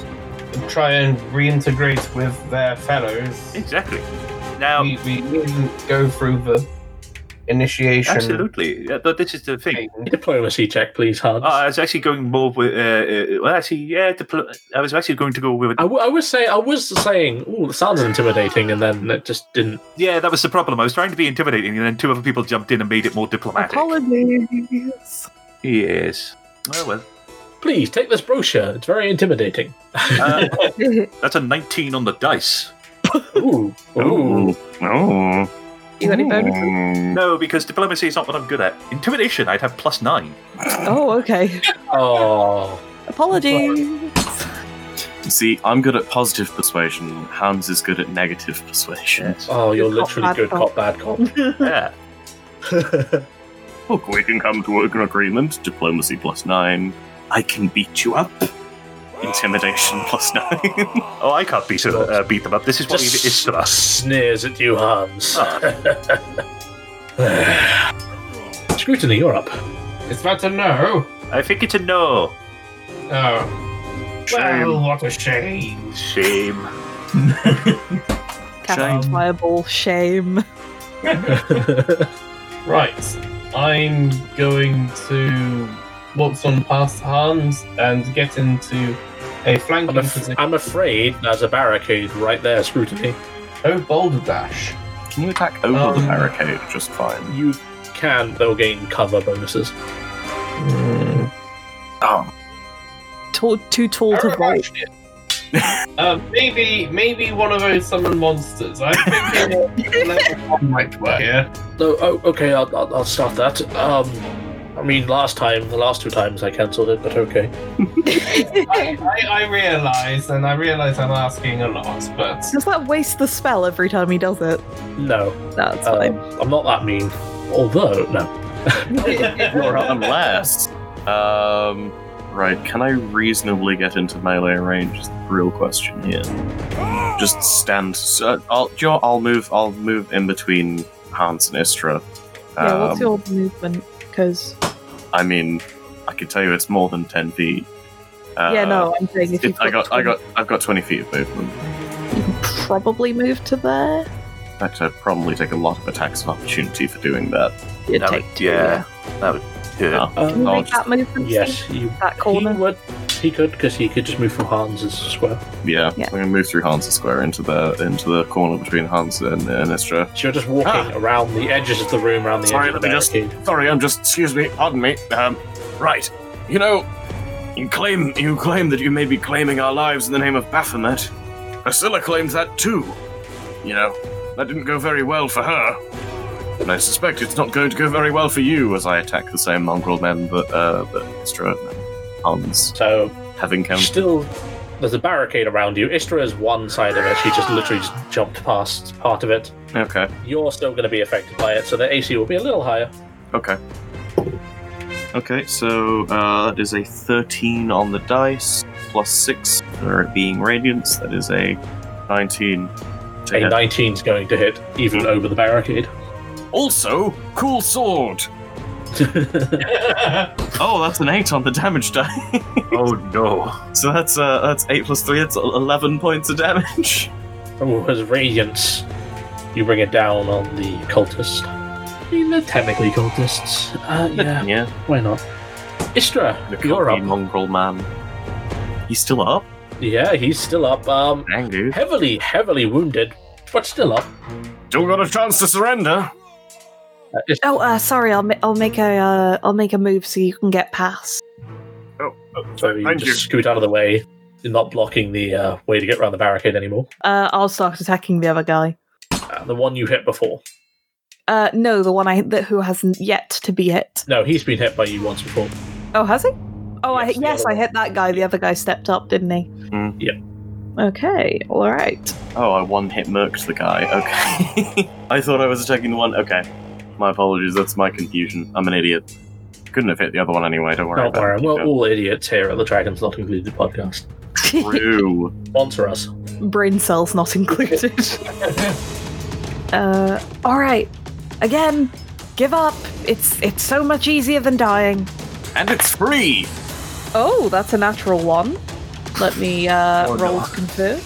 S4: try and reintegrate with their fellows.
S3: Exactly. Now
S4: we, we needn't go through the initiation.
S3: Absolutely. Yeah, but this is the thing.
S2: Diplomacy check, please, Hans.
S3: Oh, I was actually going more with. Uh, uh, well, actually, yeah. Diplo- I was actually going to go with.
S2: I, w- I was saying, I was saying, oh, that sounds intimidating, and then it just didn't.
S3: Yeah, that was the problem. I was trying to be intimidating, and then two other people jumped in and made it more diplomatic.
S8: apologies.
S3: Yes. Oh well.
S2: Please take this brochure. It's very intimidating.
S3: Uh, that's a 19 on the dice.
S2: Ooh, ooh.
S11: Oh.
S8: You got any bonuses?
S3: No, because diplomacy is not what I'm good at. Intimidation, I'd have plus nine.
S8: Oh, okay.
S2: Oh.
S8: Apologies.
S11: See, I'm good at positive persuasion. Hans is good at negative persuasion.
S2: Oh, you're
S8: Good cop,
S2: literally
S8: bad
S2: good
S8: cop.
S2: cop, bad cop.
S3: Yeah.
S11: Look, we can come to an agreement. Diplomacy plus nine. I can beat you up. Intimidation plus nine.
S3: oh, I can't beat, uh, beat them up. This is what
S2: Just
S3: he is to us. Ah,
S2: Sneers at you, Hans. Scrutiny, you're up.
S4: It's about to know.
S3: I think it's a no.
S4: Oh. Well, what a shame.
S3: Shame.
S8: Cast fireball shame.
S4: Right. I'm going to waltz on past Hans and get into a flanking
S2: I'm, af-
S4: position.
S2: I'm afraid there's a barricade right there, Scrutiny.
S4: Oh, boulder dash.
S11: Can you attack over the
S4: Um,
S11: barricade just fine?
S2: You can, they'll gain cover bonuses.
S11: Oh,
S8: Tall, too tall to vault.
S4: Uh, maybe, maybe one of those summon monsters. I'm thinking a level one might work. Yeah.
S2: No, oh, okay, I'll, I'll, I'll start that. Um, I mean, last time, the last two times I cancelled it, but okay.
S4: I, I, I realize, and I realize I'm asking a lot, but
S8: Does that waste the spell every time he does it?
S2: No.
S8: That's
S2: Um, I'm not that mean. Although, no.
S11: or unless. Um, right, can I reasonably get into melee range? Is the real question here. Just stand. So I'll, do you know what, I'll move. I'll move in between Hans and Istra.
S8: yeah, what's
S11: Um,
S8: your movement? Because
S11: I mean, I can tell you it's more than ten feet. Uh,
S8: yeah, no, I'm saying if
S11: it-
S8: you've
S11: I got, I
S8: 20,
S11: got, I've got twenty feet of movement.
S8: probably move to there.
S11: In fact, I'd probably take a lot of attacks of opportunity for doing that.
S8: You
S3: That
S8: take
S3: would, yeah, that would hurt.
S11: Uh,
S8: Can you
S5: Um,
S11: I'll
S8: make
S11: just-
S8: that movement?
S2: Um, Yes, you,
S8: That corner.
S2: he would. He could, because he could just move from Hans's square.
S11: yeah,
S8: Yeah.
S11: I'm gonna move through Hans' square into the into the corner between Hans and, and Istra.
S2: So you're just walking
S5: Ah.
S2: around the edges of the room, around the
S5: Sorry,
S2: edge of the
S5: let me just-
S2: barricade.
S5: Sorry, I'm just. Excuse me. Pardon me. Um, right. You know, you claim you claim that you may be claiming our lives in the name of Baphomet. Priscilla claims that too. You know, that didn't go very well for her,
S11: And I suspect it's not going to go very well for you as I attack the same mongrel men that uh, that Istra and Hans
S2: So
S11: have
S5: Um,
S11: encountered.
S2: still there's a barricade around you. Istra is one side of it. She just literally just jumped past part of it.
S11: Okay,
S2: You're still going to be affected by it, so the AC will be a little higher.
S11: okay, okay. So uh, that is a thirteen on the dice plus six for it being radiance. That is a nineteen. to
S2: A
S11: hit.
S2: 19's going to hit even over the barricade.
S5: Also, cool sword.
S11: Oh, that's an eight on the damage die.
S3: Oh no.
S11: So that's uh, that's eight plus three. That's eleven points of damage.
S2: Oh, as radiance, you bring it down on the cultist. I mean, they're technically cultists. Uh, yeah,
S11: Yeah,
S2: why not? Istra,
S11: the
S2: you're
S11: cocky
S2: up.
S11: mongrel man. He's still up.
S2: Yeah, he's still up. Um,
S11: Dang, dude.
S2: heavily, heavily wounded, but still up.
S5: Don't got a chance to surrender.
S2: Uh, Istra,
S13: Oh, uh, sorry. I'll ma- I'll make a uh, I'll make a move so you can get past.
S5: Oh, oh,
S2: so you
S5: thank
S2: just
S5: you.
S2: scoot out of the way. You're not blocking the uh, way to get around the barricade anymore.
S8: Uh, I'll start attacking the other guy.
S2: Uh, the one you hit before.
S8: Uh, no, the one I that who hasn't yet to be hit.
S2: No, he's been hit by you once before.
S8: Oh, has he? Oh,
S2: Yes,
S8: I
S2: the
S8: yes,
S2: other
S8: I
S2: one.
S8: hit that guy. The other guy stepped up, didn't he?
S11: Mm.
S8: Okay, all right.
S11: Oh, I one hit murked the guy. Okay. I thought I was attacking the one. Okay. My apologies. That's my confusion. I'm an idiot. Couldn't have hit the other one anyway. Don't worry.
S2: Don't
S11: about
S2: worry,
S11: it.
S2: we're all idiots here at the Dragons Not Included podcast.
S11: True.
S2: Sponsor us.
S8: Brain cells not included. uh, all right. Again, give up. It's it's so much easier than dying.
S5: And it's free.
S8: Oh, that's a natural one. Let me uh,
S3: Oh,
S8: roll
S3: no.
S8: to confirm.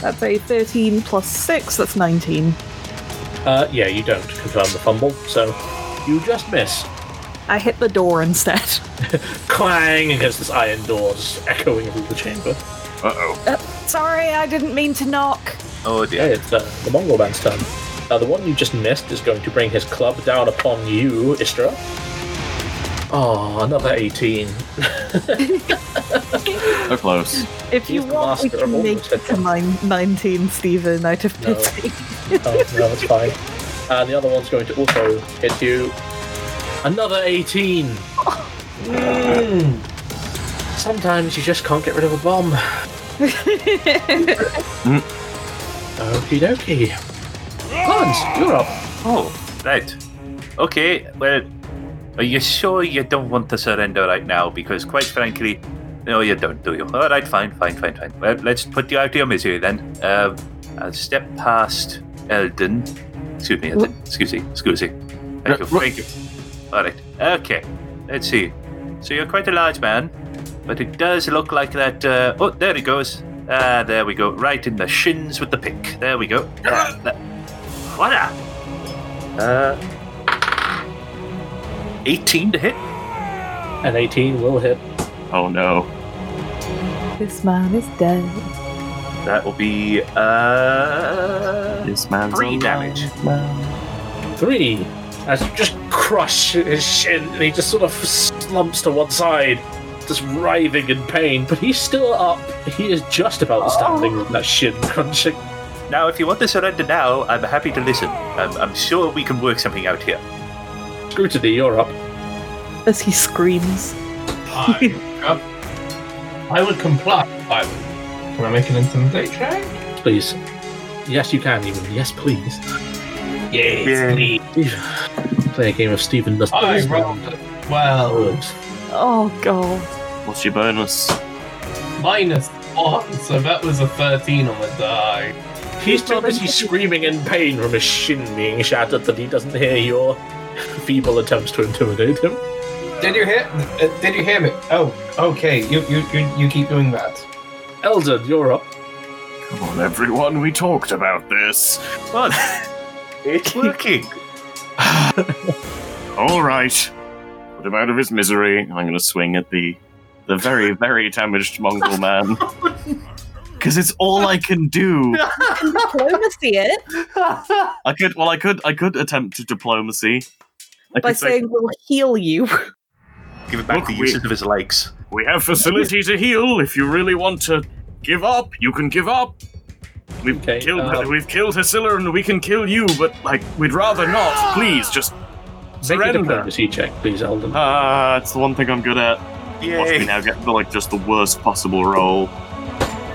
S8: That's a 13 plus 6, that's 19.
S2: Uh, yeah, you don't confirm the fumble, so you just miss.
S8: I hit the door instead.
S2: Clang against this iron door, just echoing through the chamber.
S5: Uh oh.
S8: Uh, sorry, I didn't mean to knock.
S3: Oh
S2: Yeah,
S3: dear.
S2: it's uh, the Mongol man's turn. Now, the one you just missed is going to bring his club down upon you, Istra. Oh, another 18.
S11: So close.
S8: If you
S2: He's the
S8: want, we
S2: master of
S8: can
S2: all
S8: make it to
S2: mischief.
S8: nine, 19, Stephen, out of
S2: No.
S8: pity.
S2: Oh, no, that's fine. And the other one's going to also hit you. Another 18! Sometimes you just can't get rid of a bomb. Okie dokie. Hans, you're up.
S3: Oh, right. Okay, well, are you sure you don't want to surrender right now? Because quite frankly, No, you don't, do you? All right, fine, fine, fine, fine. Well, let's put you out of your misery then. Um, I'll step past Eldon. Excuse me, Eldon. Excuse me, excuse me. Thank you, thank you. All right, okay. Let's see. So you're quite a large man, but it does look like that. Uh, oh, there he goes. Ah, there we go. Right in the shins with the pick. There we go. Ah, that- what a. Uh, 18 to hit.
S2: An 18 will hit.
S14: Oh no.
S15: This man is dead.
S3: That will be uh
S14: This man's
S3: three
S14: alive
S3: damage.
S14: now.
S2: Three. As you just crush his shin, and he just sort of slumps to one side, just writhing in pain. But he's still up. He is just about standing with that shin crunching.
S3: Now, if you want to surrender now, I'm happy to listen. I'm, I'm sure we can work something out here.
S2: Scrutiny, you're up.
S8: as he screams.
S4: I would comply. I would. Can I make an intimidate check?
S2: Please. Yes, you can, even. Yes, please.
S4: Yes, please.
S2: Play a game of Stephen does
S4: I rolled a 12.
S8: Oh god.
S14: What's your bonus?
S4: Minus 1, so that was a 13 on the die.
S2: He's too busy screaming in pain from his shin being shattered that he doesn't hear your feeble attempts to intimidate him.
S4: Did you hear? Uh, did you hear me? Oh, okay. You you you, you keep doing that.
S2: Eldon, you're up.
S11: Come on, everyone, we talked about this.
S3: What? it's working.
S11: All right. Put him out of his misery, and I'm going to swing at the the very, very damaged Mongol man. Because it's all I can do.
S8: Can diplomacy it
S11: I could, well, I could, I could attempt to diplomacy. I
S8: by
S11: could say,
S8: saying we'll heal you.
S3: Give it back
S11: Look,
S3: the
S11: we-
S3: uses of his legs.
S11: we have facility to heal. If you really want to give up, you can give up. We've
S2: Okay,
S11: killed,
S2: uh,
S11: we've killed Hasilla, and we can kill you. But like, we'd rather not. Please, just
S2: Make a
S11: surrender.
S2: diplomacy check, please, Eldon.
S11: Ah, it's the one thing I'm good at. Watch me
S3: Yay.
S11: now get like just the worst possible roll.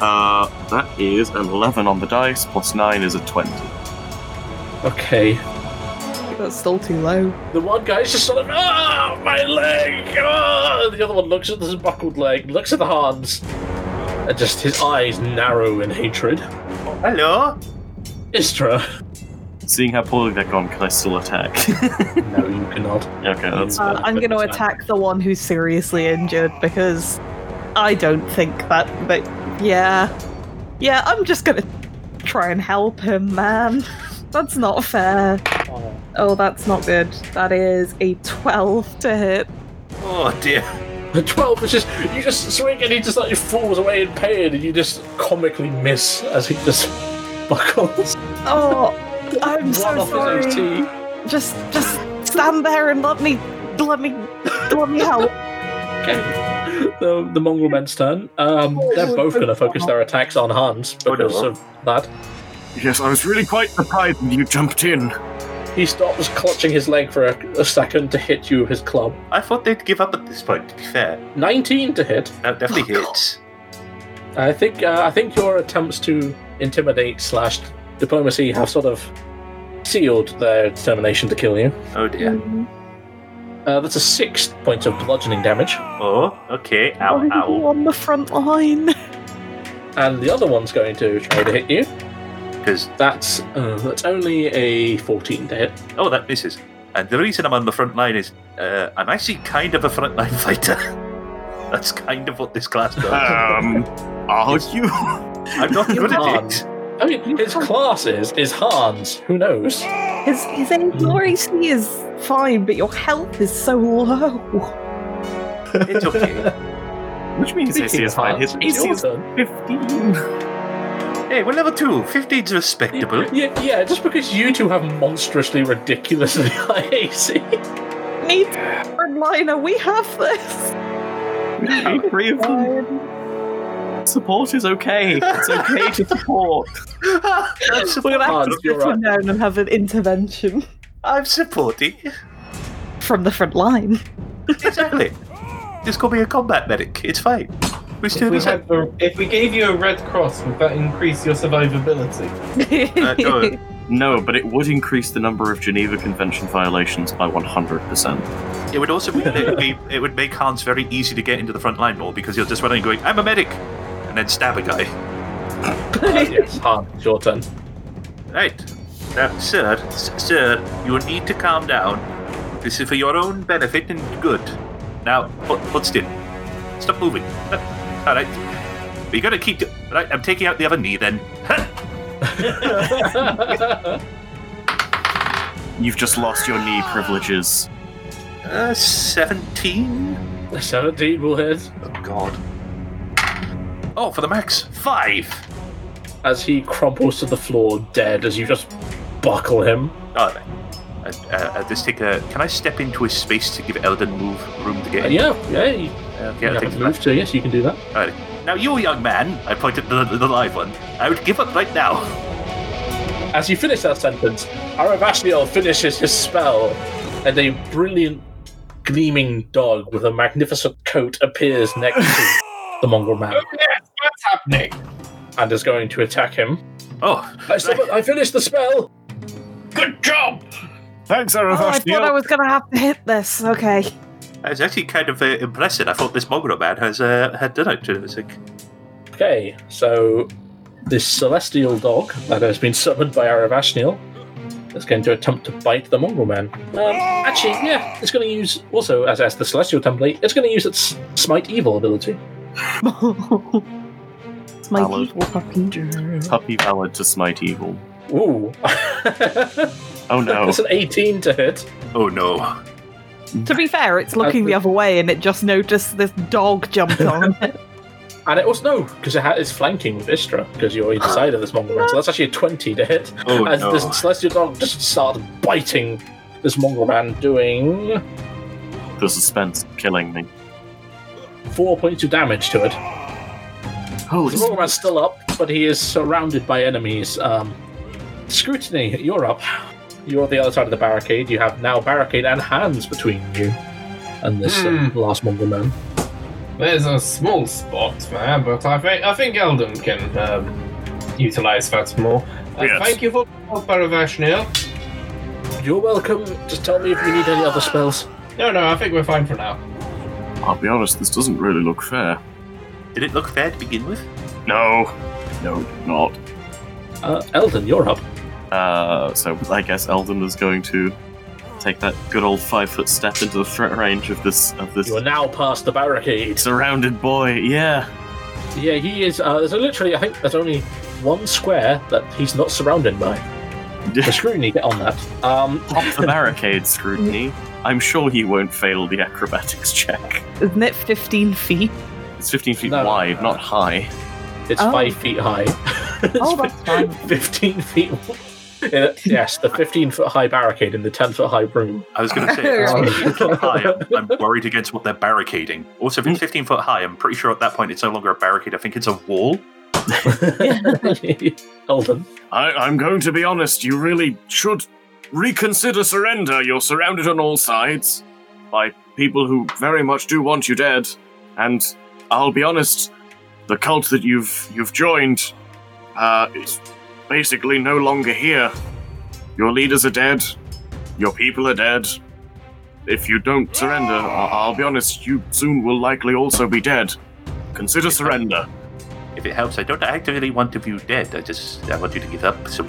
S11: Uh, that is an 11 on the dice, plus 9 is a 20.
S2: Okay.
S8: That's still too low.
S2: The one guy's just sort of, ah, my leg! Ah! And the other one looks at this buckled leg, looks at the Hans, and just his eyes narrow in hatred.
S3: Hello.
S2: Istra.
S11: Seeing how poorly they're gone, can I still attack?
S2: No, you cannot.
S11: okay, that's.
S8: Uh, I'm going to attack the one who's seriously injured because I don't think that. But yeah, yeah, I'm just going to try and help him, man. That's not fair. Oh, that's not good. That is a 12 to hit.
S3: Oh dear.
S2: The 12 is just, you just swing and he just like falls away in pain and you just comically miss as he just buckles.
S8: Oh, I'm
S2: One
S8: so
S2: off his
S8: sorry.
S2: OT.
S8: Just, just stand there and let me, let me, let me help.
S2: Okay. The, the Mongol men's turn. Um, they're both going to focus their attacks on Hans because of that.
S11: Yes, I was really quite surprised when you jumped in.
S2: He stops clutching his leg for a, a second to hit you with his club.
S3: I thought they'd give up at this point. To be fair,
S2: 19 to hit.
S3: that definitely
S11: Oh,
S3: hits.
S2: I think uh, I think your attempts to intimidate slash diplomacy have sort of sealed their determination to kill you.
S3: Oh dear.
S2: Uh, that's a six points of bludgeoning damage,
S11: Hmm.
S3: Oh, okay. Ow,
S8: Why are you
S3: ow.
S8: on the front line?
S2: and the other one's going to try to hit you.
S3: Because
S2: That's uh, that's only a fourteen to hit.
S3: oh, that misses. And the reason I'm on the front line is uh, I'm actually kind of a frontline fighter. That's kind of what this class does.
S11: Um, are you?
S3: I'm not good at
S2: Hans.
S3: it.
S2: I mean, his class is is Hans. Who knows?
S8: His his AC is fine, but your health is so low.
S3: It's okay.
S11: Which means
S2: Speaking
S11: AC is
S2: of
S11: fine.
S2: Hans, it's
S11: His AC
S2: your
S11: is
S2: turn.
S11: 15.
S3: Hey, we're level two. 15's respectable.
S2: Yeah, yeah, just because you two have monstrously, ridiculously high AC.
S8: Need Redliner, we have this.
S11: Be free of them. Support is okay. It's okay to support.
S3: That's
S8: We're gonna have
S2: Hans,
S8: to
S2: you're
S8: sit
S2: right.
S8: him down and have an intervention
S3: I'm supporting.
S8: from the front line.
S3: Exactly. Just call me a combat medic. It's fine. We still
S4: If we,
S3: do that.
S4: had the, if we gave you a red cross, would that increase your survivability?
S3: Uh, no,
S11: No, but it would increase the number of Geneva Convention violations by 100%.
S3: It would also be, it would be it would make Hans very easy to get into the front line more because he'll just run in going, "I'm a medic," and then stab a guy.
S2: yes, Hans, your turn.
S3: Right. Now, sir, s- sir, you need to calm down. This is for your own benefit and good. Now, hold, hold still. Stop moving. Uh, All right. But you gotta keep. do- Right, I'm taking out the other knee then.
S11: You've just lost your knee privileges.
S3: Uh, 17?
S2: 17 will hit.
S3: Oh, God. Oh, for the max, five.
S2: As he crumples to the floor, dead, as you just buckle him.
S3: Oh, uh, uh, just take a. Can I step into his space to give Eldon move room to get
S2: Uh,
S3: in? Uh,
S2: yeah, yeah, you,
S3: Okay, I'll
S2: you
S3: take
S2: have
S3: the
S2: move
S3: back.
S2: to, yes, you can do that.
S3: Alright. Now, you young man, I pointed to the, the live one. I would give up right now.
S2: As you finish that sentence, Aravashniel finishes his spell, and a brilliant, gleaming dog with a magnificent coat appears next to the mongrel man.
S4: What's Oh, happening?
S2: and is going to attack him.
S3: Oh,
S2: I, summoned- I finished the spell.
S4: Good job.
S5: Thanks,
S8: Oh, I thought I was gonna have to hit this. Okay.
S3: I was actually kind of uh, impressive. I thought this mongrel man has uh, had done it. It was like,
S2: Okay, so this celestial dog that has been summoned by Aravashnil is going to attempt to bite the mongrel man. Um, actually, yeah, it's going to use also as as the celestial template. It's going to use its smite evil ability.
S8: It's my
S11: Valid.
S8: evil puppy.
S11: Puppy valid to smite evil.
S2: Ooh,
S11: Oh no.
S2: it's an eighteen to hit.
S3: oh no.
S8: To be fair, it's looking the other way and it just noticed this dog jumped on it.
S2: And it also no, because it ha- it's flanking with Istra, because you're either side of this mongrel man. So that's actually a twenty to hit.
S3: Oh,
S2: As
S3: no.
S2: this celestial dog just starts biting this mongrel man, doing
S11: The suspense is killing me.
S2: four points of damage to it.
S11: Oh,
S2: The mongrel man's still up, but he is surrounded by enemies. Um, scrutiny, you're up. You're on the other side of the barricade. You have now barricade and hands between you and this um, last mongrel man.
S4: There's a small spot there, but I think I think Eldon can um, utilize that more. Uh,
S5: Yes.
S4: Thank you for help, Paravashnil.
S2: You're welcome. Just tell me if you need any other spells.
S4: No, no, I think we're fine for now.
S11: I'll be honest, this doesn't really look fair.
S3: Did it look fair to begin with?
S11: No. No, it did not.
S2: Uh, Eldon, you're up.
S11: Uh, so I guess Eldon is going to take that good old five foot step into the threat range of this of this
S2: You are now past the barricade.
S11: surrounded boy. Yeah.
S2: Yeah, he is. Uh, there's literally, I think, there's only one square that he's not surrounded by. The scrutiny, get on that. Um,
S11: Pop the barricade, Scrutiny. I'm sure he won't fail the acrobatics check.
S8: Isn't it 15 feet?
S11: It's 15 feet
S2: No, no,
S11: wide, not high.
S2: it's
S8: Oh.
S2: five feet high.
S8: Oh, that's fine.
S2: 15 feet. Yeah, yes, the 15 foot high barricade in the 10 foot high room.
S3: I was going to say, if it's 15 foot high, I'm- I'm worried against what they're barricading. Also, if it's 15 foot high, I'm pretty sure at that point it's no longer a barricade. I think it's a wall.
S2: Elden.
S5: I, I'm going to be honest, you really should reconsider surrender. You're surrounded on all sides by people who very much do want you dead. And I'll be honest, the cult that you've you've joined uh, is basically no longer here. Your leaders are dead. Your people are dead. If you don't surrender, I- I'll be honest, you soon will likely also be dead. Consider surrender.
S3: If it helps, I don't actively want to view dead. I just I want you to give up. So,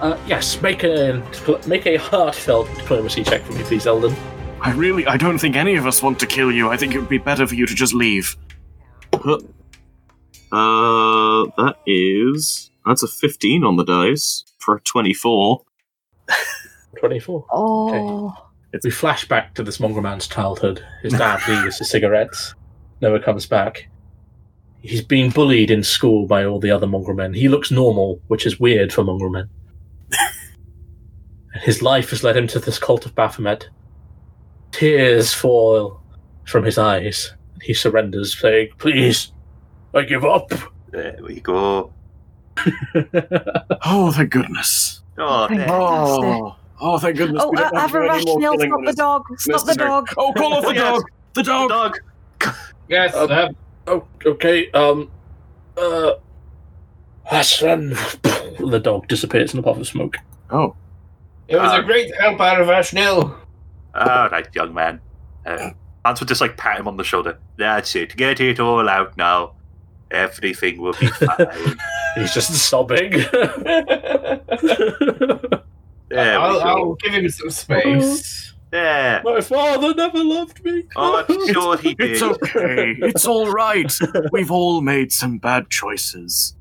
S2: Uh, yes, make a, make a heartfelt diplomacy check for me, please, Elden.
S5: I really, I don't think any of us want to kill you. I think it would be better for you to just leave.
S11: Uh, that is. That's a 15 on the dice for a 24.
S2: 24.
S8: Oh.
S2: We flash back to this mongrel man's childhood. His dad leaves his cigarettes, never comes back. He's being bullied in school by all the other mongrel men. He looks normal, which is weird for mongrel men. and his life has led him to this cult of Baphomet. Tears fall from his eyes. He surrenders, saying, Please, I give up.
S3: there we go.
S5: Oh, thank goodness.
S3: Oh,
S8: Thank
S3: there.
S5: Oh, oh, thank goodness.
S8: Oh,
S5: we
S8: uh,
S5: don't have to do any more
S8: Avarashnil,
S5: killing
S8: stop
S5: than
S8: the
S5: is
S8: dog! Stop the
S5: necessary.
S8: dog!
S5: Oh, call off the
S3: Yes.
S5: dog. The dog.
S3: Dog.
S4: Yes,
S2: Um,
S4: uh,
S2: Oh, okay. Um, uh, Aslan! The dog disappears in a puff of smoke.
S5: Oh.
S4: It was a great help out of Ashnil.
S3: All right, young man. Uh, Hans would just like pat him on the shoulder. That's it. Get it all out now. Everything will be fine.
S2: He's just sobbing.
S3: there we
S4: I'll,
S3: go.
S4: I'll give him some space.
S3: There.
S2: My father never loved me.
S3: Oh, I'm sure he did.
S11: It's okay. It's all right. We've all made some bad choices.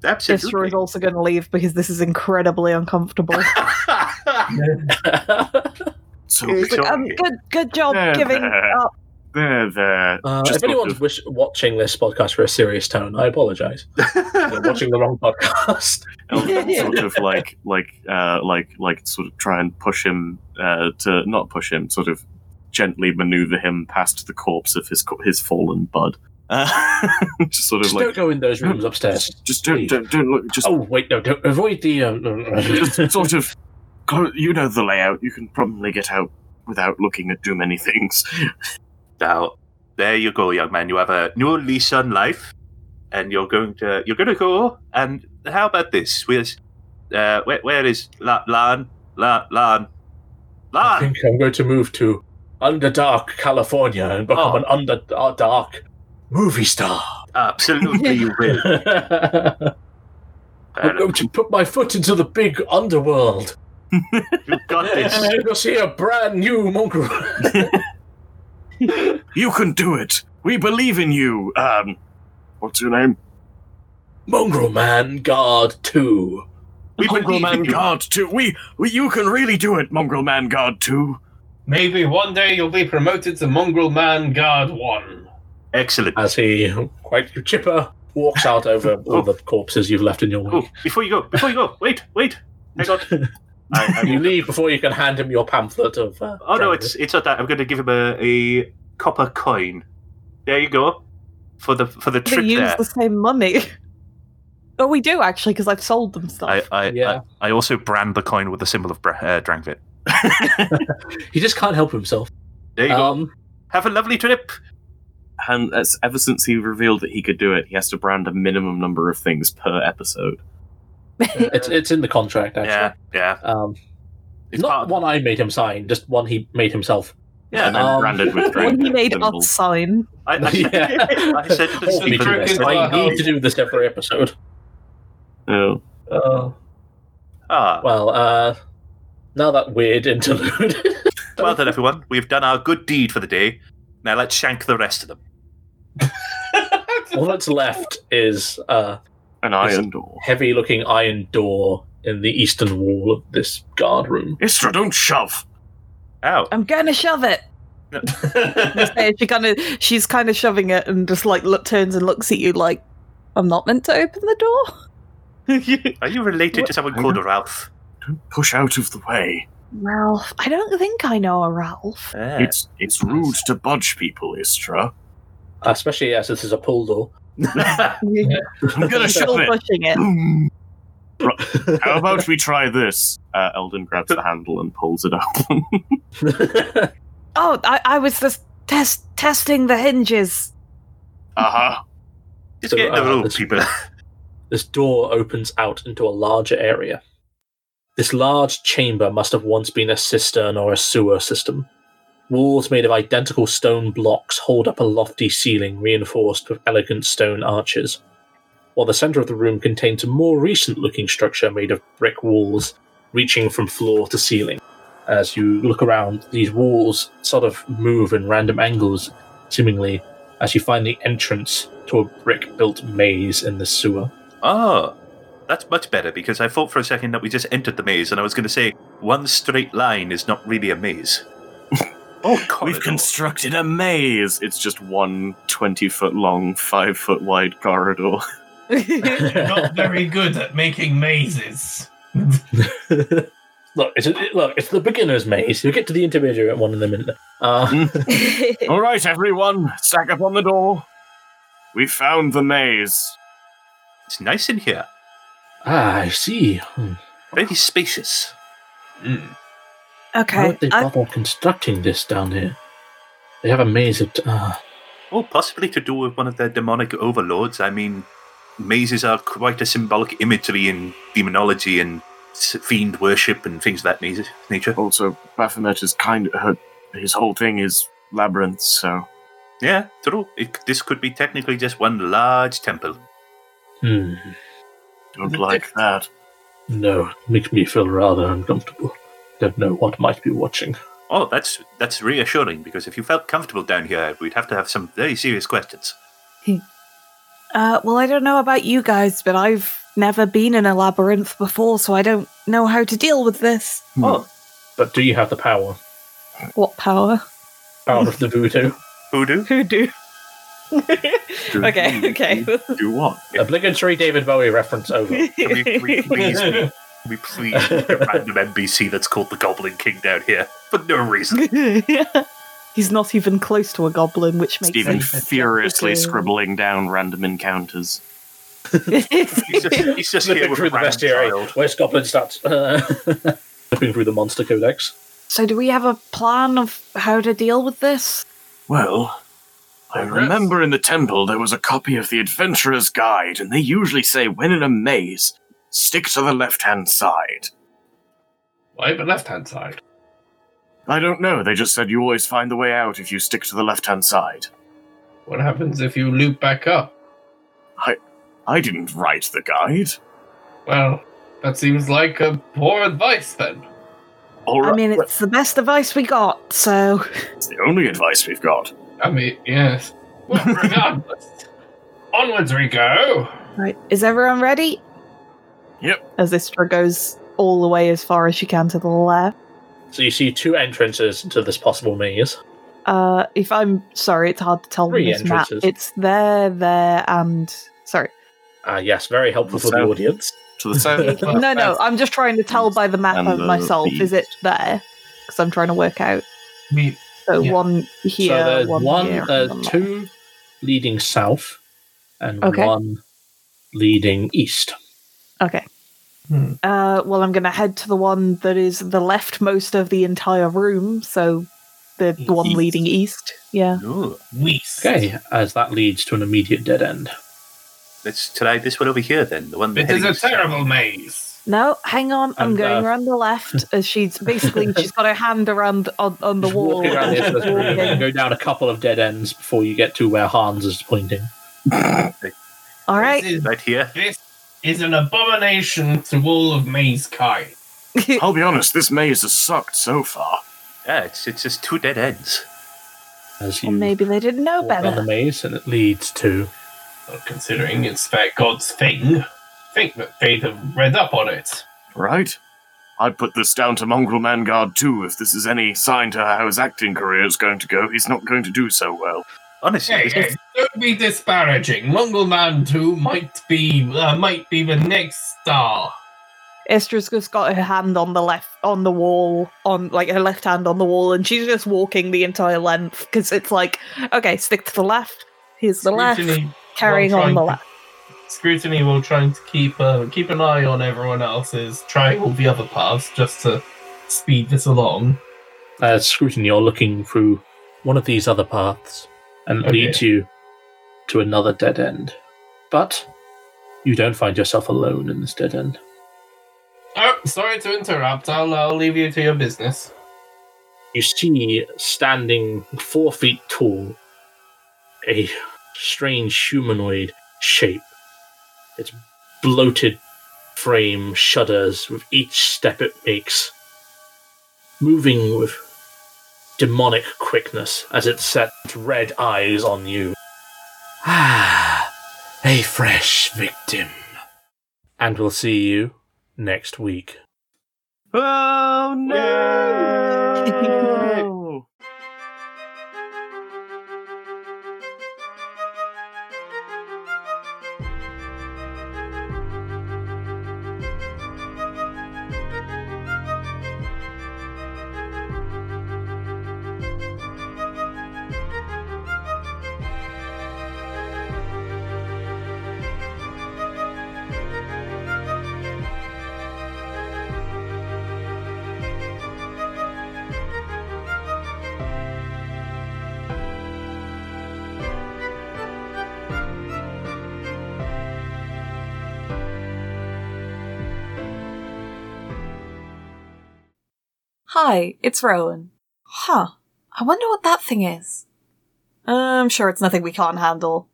S8: Destroy is also going to leave because this is incredibly uncomfortable.
S11: So
S8: He's like, um, good, good job
S2: Yeah.
S8: giving up.
S11: There, there.
S2: Uh,
S11: Just
S2: if anyone's wish- watching this podcast for a serious tone, I apologise. You're watching the wrong podcast.
S11: sort of like like uh like like sort of try and push him uh to not push him sort of gently maneuver him past the corpse of his co- his fallen bud uh, just sort of
S2: Just
S11: like
S2: don't go in those rooms upstairs.
S11: Just don't, don't, don't look. Just
S2: oh wait, no, don't avoid the. Um,
S11: just sort of clo- you know the layout you can probably get out without looking at too many things
S3: Now, there you go, young man. You have a new lease on life, and you're going to you're going to go. And how about this? Where's uh, where, where is La- Lan? La- Lan?
S2: I think I'm going to move to Underdark, California, and become an Underdark movie star.
S3: Absolutely, you will. Uh,
S2: I'm going to put my foot into the big underworld.
S3: You've got
S2: this. You'll see a brand new mongrel.
S11: you can do it we believe in you um what's your name
S2: mongrel man guard 2
S11: we mongrel man guard 2 we, we you can really do it mongrel man guard 2
S4: Maybe one day you'll be promoted to Mongrel Man Guard 1.
S3: Excellent.
S2: As he, quite chipper, walks out over all the corpses you've left in your wake.
S3: Oh, Before you go, before you go, wait, wait. Hang on.
S2: you leave before you can hand him your pamphlet of. Uh,
S3: Oh no, it's it's not that. I'm going to give him a, a copper coin. There you go for the for the
S8: They
S3: trip
S8: use
S3: there.
S8: the same money. Oh, we do actually, because I've sold them stuff.
S9: I, I,
S8: Yeah.
S9: I, I also brand the coin with the symbol of Bra- uh, Drangvit.
S2: he just can't help himself. Um,
S3: There you
S2: go.
S3: Have a lovely trip.
S11: and as, ever since he revealed that he could do it, he has to brand a minimum number of things per episode.
S2: it's it's in the contract actually.
S11: Yeah,
S3: yeah.
S2: Um, not one I made him sign, just one he made himself.
S11: Yeah, and then branded with
S8: One he made us sign.
S3: I,
S2: I, yeah.
S3: I said to the
S2: Oh, we do
S3: sleeper-
S2: this. I need to do this every episode.
S11: Oh.
S2: Uh,
S3: Ah,
S2: Well, uh, now that weird interlude.
S3: well done, everyone. We've done our good deed for the day. Now let's shank the rest of them.
S2: all that's left is uh,
S11: an
S2: iron
S11: door,
S2: heavy-looking iron door in the eastern wall of this guard room.
S11: Istra, don't shove.
S3: Ow!
S8: I'm gonna shove it. she kind of, she's kind of shoving it and just like look, turns and looks at you like, I'm not meant to open the door.
S3: Are you related to someone called Ralph?
S11: Push out of the way.
S8: Ralph, I don't think I know a Ralph.
S11: It's it's rude to budge people, Istra.
S2: Especially as this is a pull door.
S11: I'm gonna
S8: Still
S11: shove it.
S8: pushing it.
S11: Ru- How about we try this? Uh, Eldon grabs the handle and pulls it up.
S8: Oh, I, I was just test testing the hinges.
S11: Uh huh.
S3: Just get in
S2: uh,
S3: the room, people.
S2: This door opens out into a larger area. This large chamber must have once been a cistern or a sewer system. Walls made of identical stone blocks hold up a lofty ceiling reinforced with elegant stone arches, while the center of the room contains a more recent looking structure made of brick walls reaching from floor to ceiling. As you look around, these walls sort of move in random angles, seemingly as you find the entrance to a brick built maze in the sewer.
S3: Oh, that's much better because I thought for a second that we just entered the maze, and I was going to say one straight line is not really a maze.
S11: We've constructed a maze. It's just one 20 foot long, 5 foot wide corridor.
S4: Not very good at making mazes.
S2: Look, it's it, look, it's the beginner's maze. You'll get to the intermediate one in a minute.
S11: Ah.
S2: Uh,
S11: All right, everyone, stack up on the door. We found the maze.
S3: It's nice in here.
S2: ah, I see. Hmm.
S3: Very spacious.
S4: Hmm.
S2: Why
S8: Okay,
S2: would they bother constructing this down here? They have a maze of. ah.
S3: Or possibly to do with one of their demonic overlords. I mean, mazes are quite a symbolic imagery in demonology and s- fiend worship and things of that nas- nature.
S11: Also, Baphomet is kind of her, his whole thing is labyrinths, so
S3: Yeah, true. It, this could be technically just one large temple.
S2: Hmm.
S11: don't like that.
S2: No, make me feel rather uncomfortable. Don't know what might be watching.
S3: Oh, that's that's reassuring because if you felt comfortable down here, we'd have to have some very serious questions.
S6: Uh, well, I don't know about you guys, but I've never been in a labyrinth before, so I don't know how to deal with this.
S2: Oh, but do you have the power?
S6: What power?
S2: Power of the voodoo.
S3: Voodoo?
S2: Voodoo.
S8: Okay, okay.
S3: Do what?
S2: Obligatory David Bowie reference over.
S3: Can we, can we please, can we please make a random NBC that's called the Goblin King down here for no reason?
S8: He's not even close to a goblin, which makes
S11: Stephen
S8: sense.
S11: furiously
S8: Okay.
S11: scribbling down random encounters.
S3: he's just, he's just here
S2: Flipping
S3: with
S2: through
S3: a
S2: the
S3: random
S2: bestiary.
S3: child.
S2: Where's Goblin stats? Flipping through the monster codex.
S6: So, do we have a plan of how to deal with this?
S5: Well, I remember in the temple there was a copy of the Adventurer's Guide, and they usually say when in a maze, stick to the left hand side.
S4: Why the left hand side?
S5: I don't know, they just said you always find the way out if you stick to the left hand side.
S4: What happens if you loop back up?
S5: I I didn't write the guide.
S4: Well, that seems like a poor advice then.
S5: Or
S6: I mean, it's the best advice we got, so.
S5: it's the only advice we've got.
S4: I mean, yes. Well, regardless. Onwards we go.
S8: Right.
S6: Is everyone ready?
S5: Yep.
S8: As Istra goes all the way as far as she can to the left.
S2: So you see two entrances to this possible maze.
S8: Uh, if I'm sorry, it's hard to tell
S2: Three
S8: from this map.
S2: entrances.
S8: It's there, there, and sorry.
S2: Ah, yes, very helpful
S11: The
S2: for the
S11: south.
S2: audience.
S11: To the south.
S8: no, no, I'm just trying to tell by the map
S11: And
S8: of
S11: the
S8: myself. Is it there? Because I'm trying to work out.
S4: Me-
S8: So one here,
S2: so there's
S8: one,
S2: one,
S8: here.
S2: there's
S8: and one there.
S2: two leading south, and
S8: Okay.
S2: one leading east.
S8: Okay. Uh, well, I'm going to head to the one that is the leftmost of the entire room, so the one
S2: Hmm. East.
S8: leading east. Yeah.
S2: Okay, as that leads to an immediate dead end.
S3: Let's try this one over here then. The one
S4: It is a terrible maze.
S8: No, hang on. I'm
S2: And,
S8: going
S2: uh,
S8: around the left as she's basically she's got her hand around on, on the
S2: Just
S8: wall.
S2: walking around the edge of
S8: and
S2: this
S8: she's
S2: room,
S8: walking.
S2: and go down a couple of dead ends before you get to where Hans is pointing.
S8: All right.
S4: This is,
S3: right here.
S4: this is an abomination to all of maze kind.
S5: I'll be honest, this maze has sucked so far.
S3: Yeah, it's, it's just two dead ends.
S2: As
S6: Well,
S2: you
S6: maybe they didn't know
S2: walk down the
S6: better.
S2: maze, and it leads to
S4: Well, considering it's that God's thing, think that they'd have read up on it.
S5: Right? I'd put this down to Mongrel Man Guard too. If this is any sign to how his acting career is going to go, he's not going to do so well.
S3: Honestly,
S4: Hey,
S3: this-
S4: hey, don't be disparaging. Mongol Man 2 might be uh, might be the next star.
S8: Estra's just got her hand on the left on the wall on like her left hand on the wall, and she's just walking the entire length because it's like okay, stick to the left. Here's the left,
S4: Scrutiny
S8: carrying
S4: while
S8: on the
S4: trying-
S8: left.
S4: Scrutiny while trying to keep uh, keep an eye on everyone else's, trying all the other paths just to speed this along.
S2: uh, scrutiny or looking through one of these other paths, and it
S4: Okay.
S2: leads you to another dead end. But you don't find yourself alone in this dead end.
S4: Oh, sorry to interrupt. I'll, I'll leave you to your business.
S2: You see, standing four feet tall, a strange humanoid shape. Its bloated frame shudders with each step it makes, moving with demonic quickness as it sets red eyes on you. Ah, a fresh victim. And we'll see you next week.
S5: Oh no!
S6: Hi, it's Rowan. Huh. I wonder what that thing is. I'm Um, sure it's nothing we can't handle.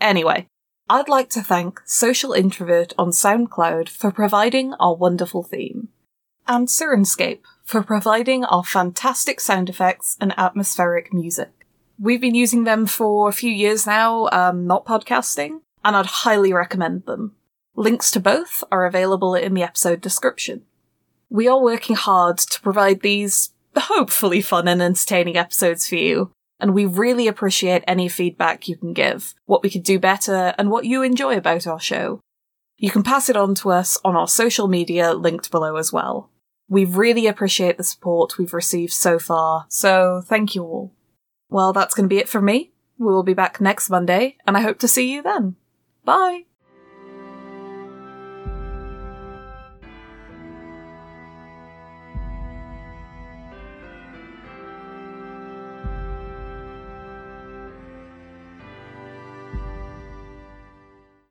S6: Anyway, I'd like to thank Social Introvert on SoundCloud for providing our wonderful theme, and Sirenscape for providing our fantastic sound effects and atmospheric music. We've been using them for a few years now, um, not podcasting, and I'd highly recommend them. Links to both are available in the episode description. We are working hard to provide these hopefully fun and entertaining episodes for you, and we really appreciate any feedback you can give, what we could do better, and what you enjoy about our show. You can pass it on to us on our social media linked below as well. We really appreciate the support we've received so far, so thank you all. Well, that's going to be it from me. We will be back next Monday, and I hope to see you then. Bye!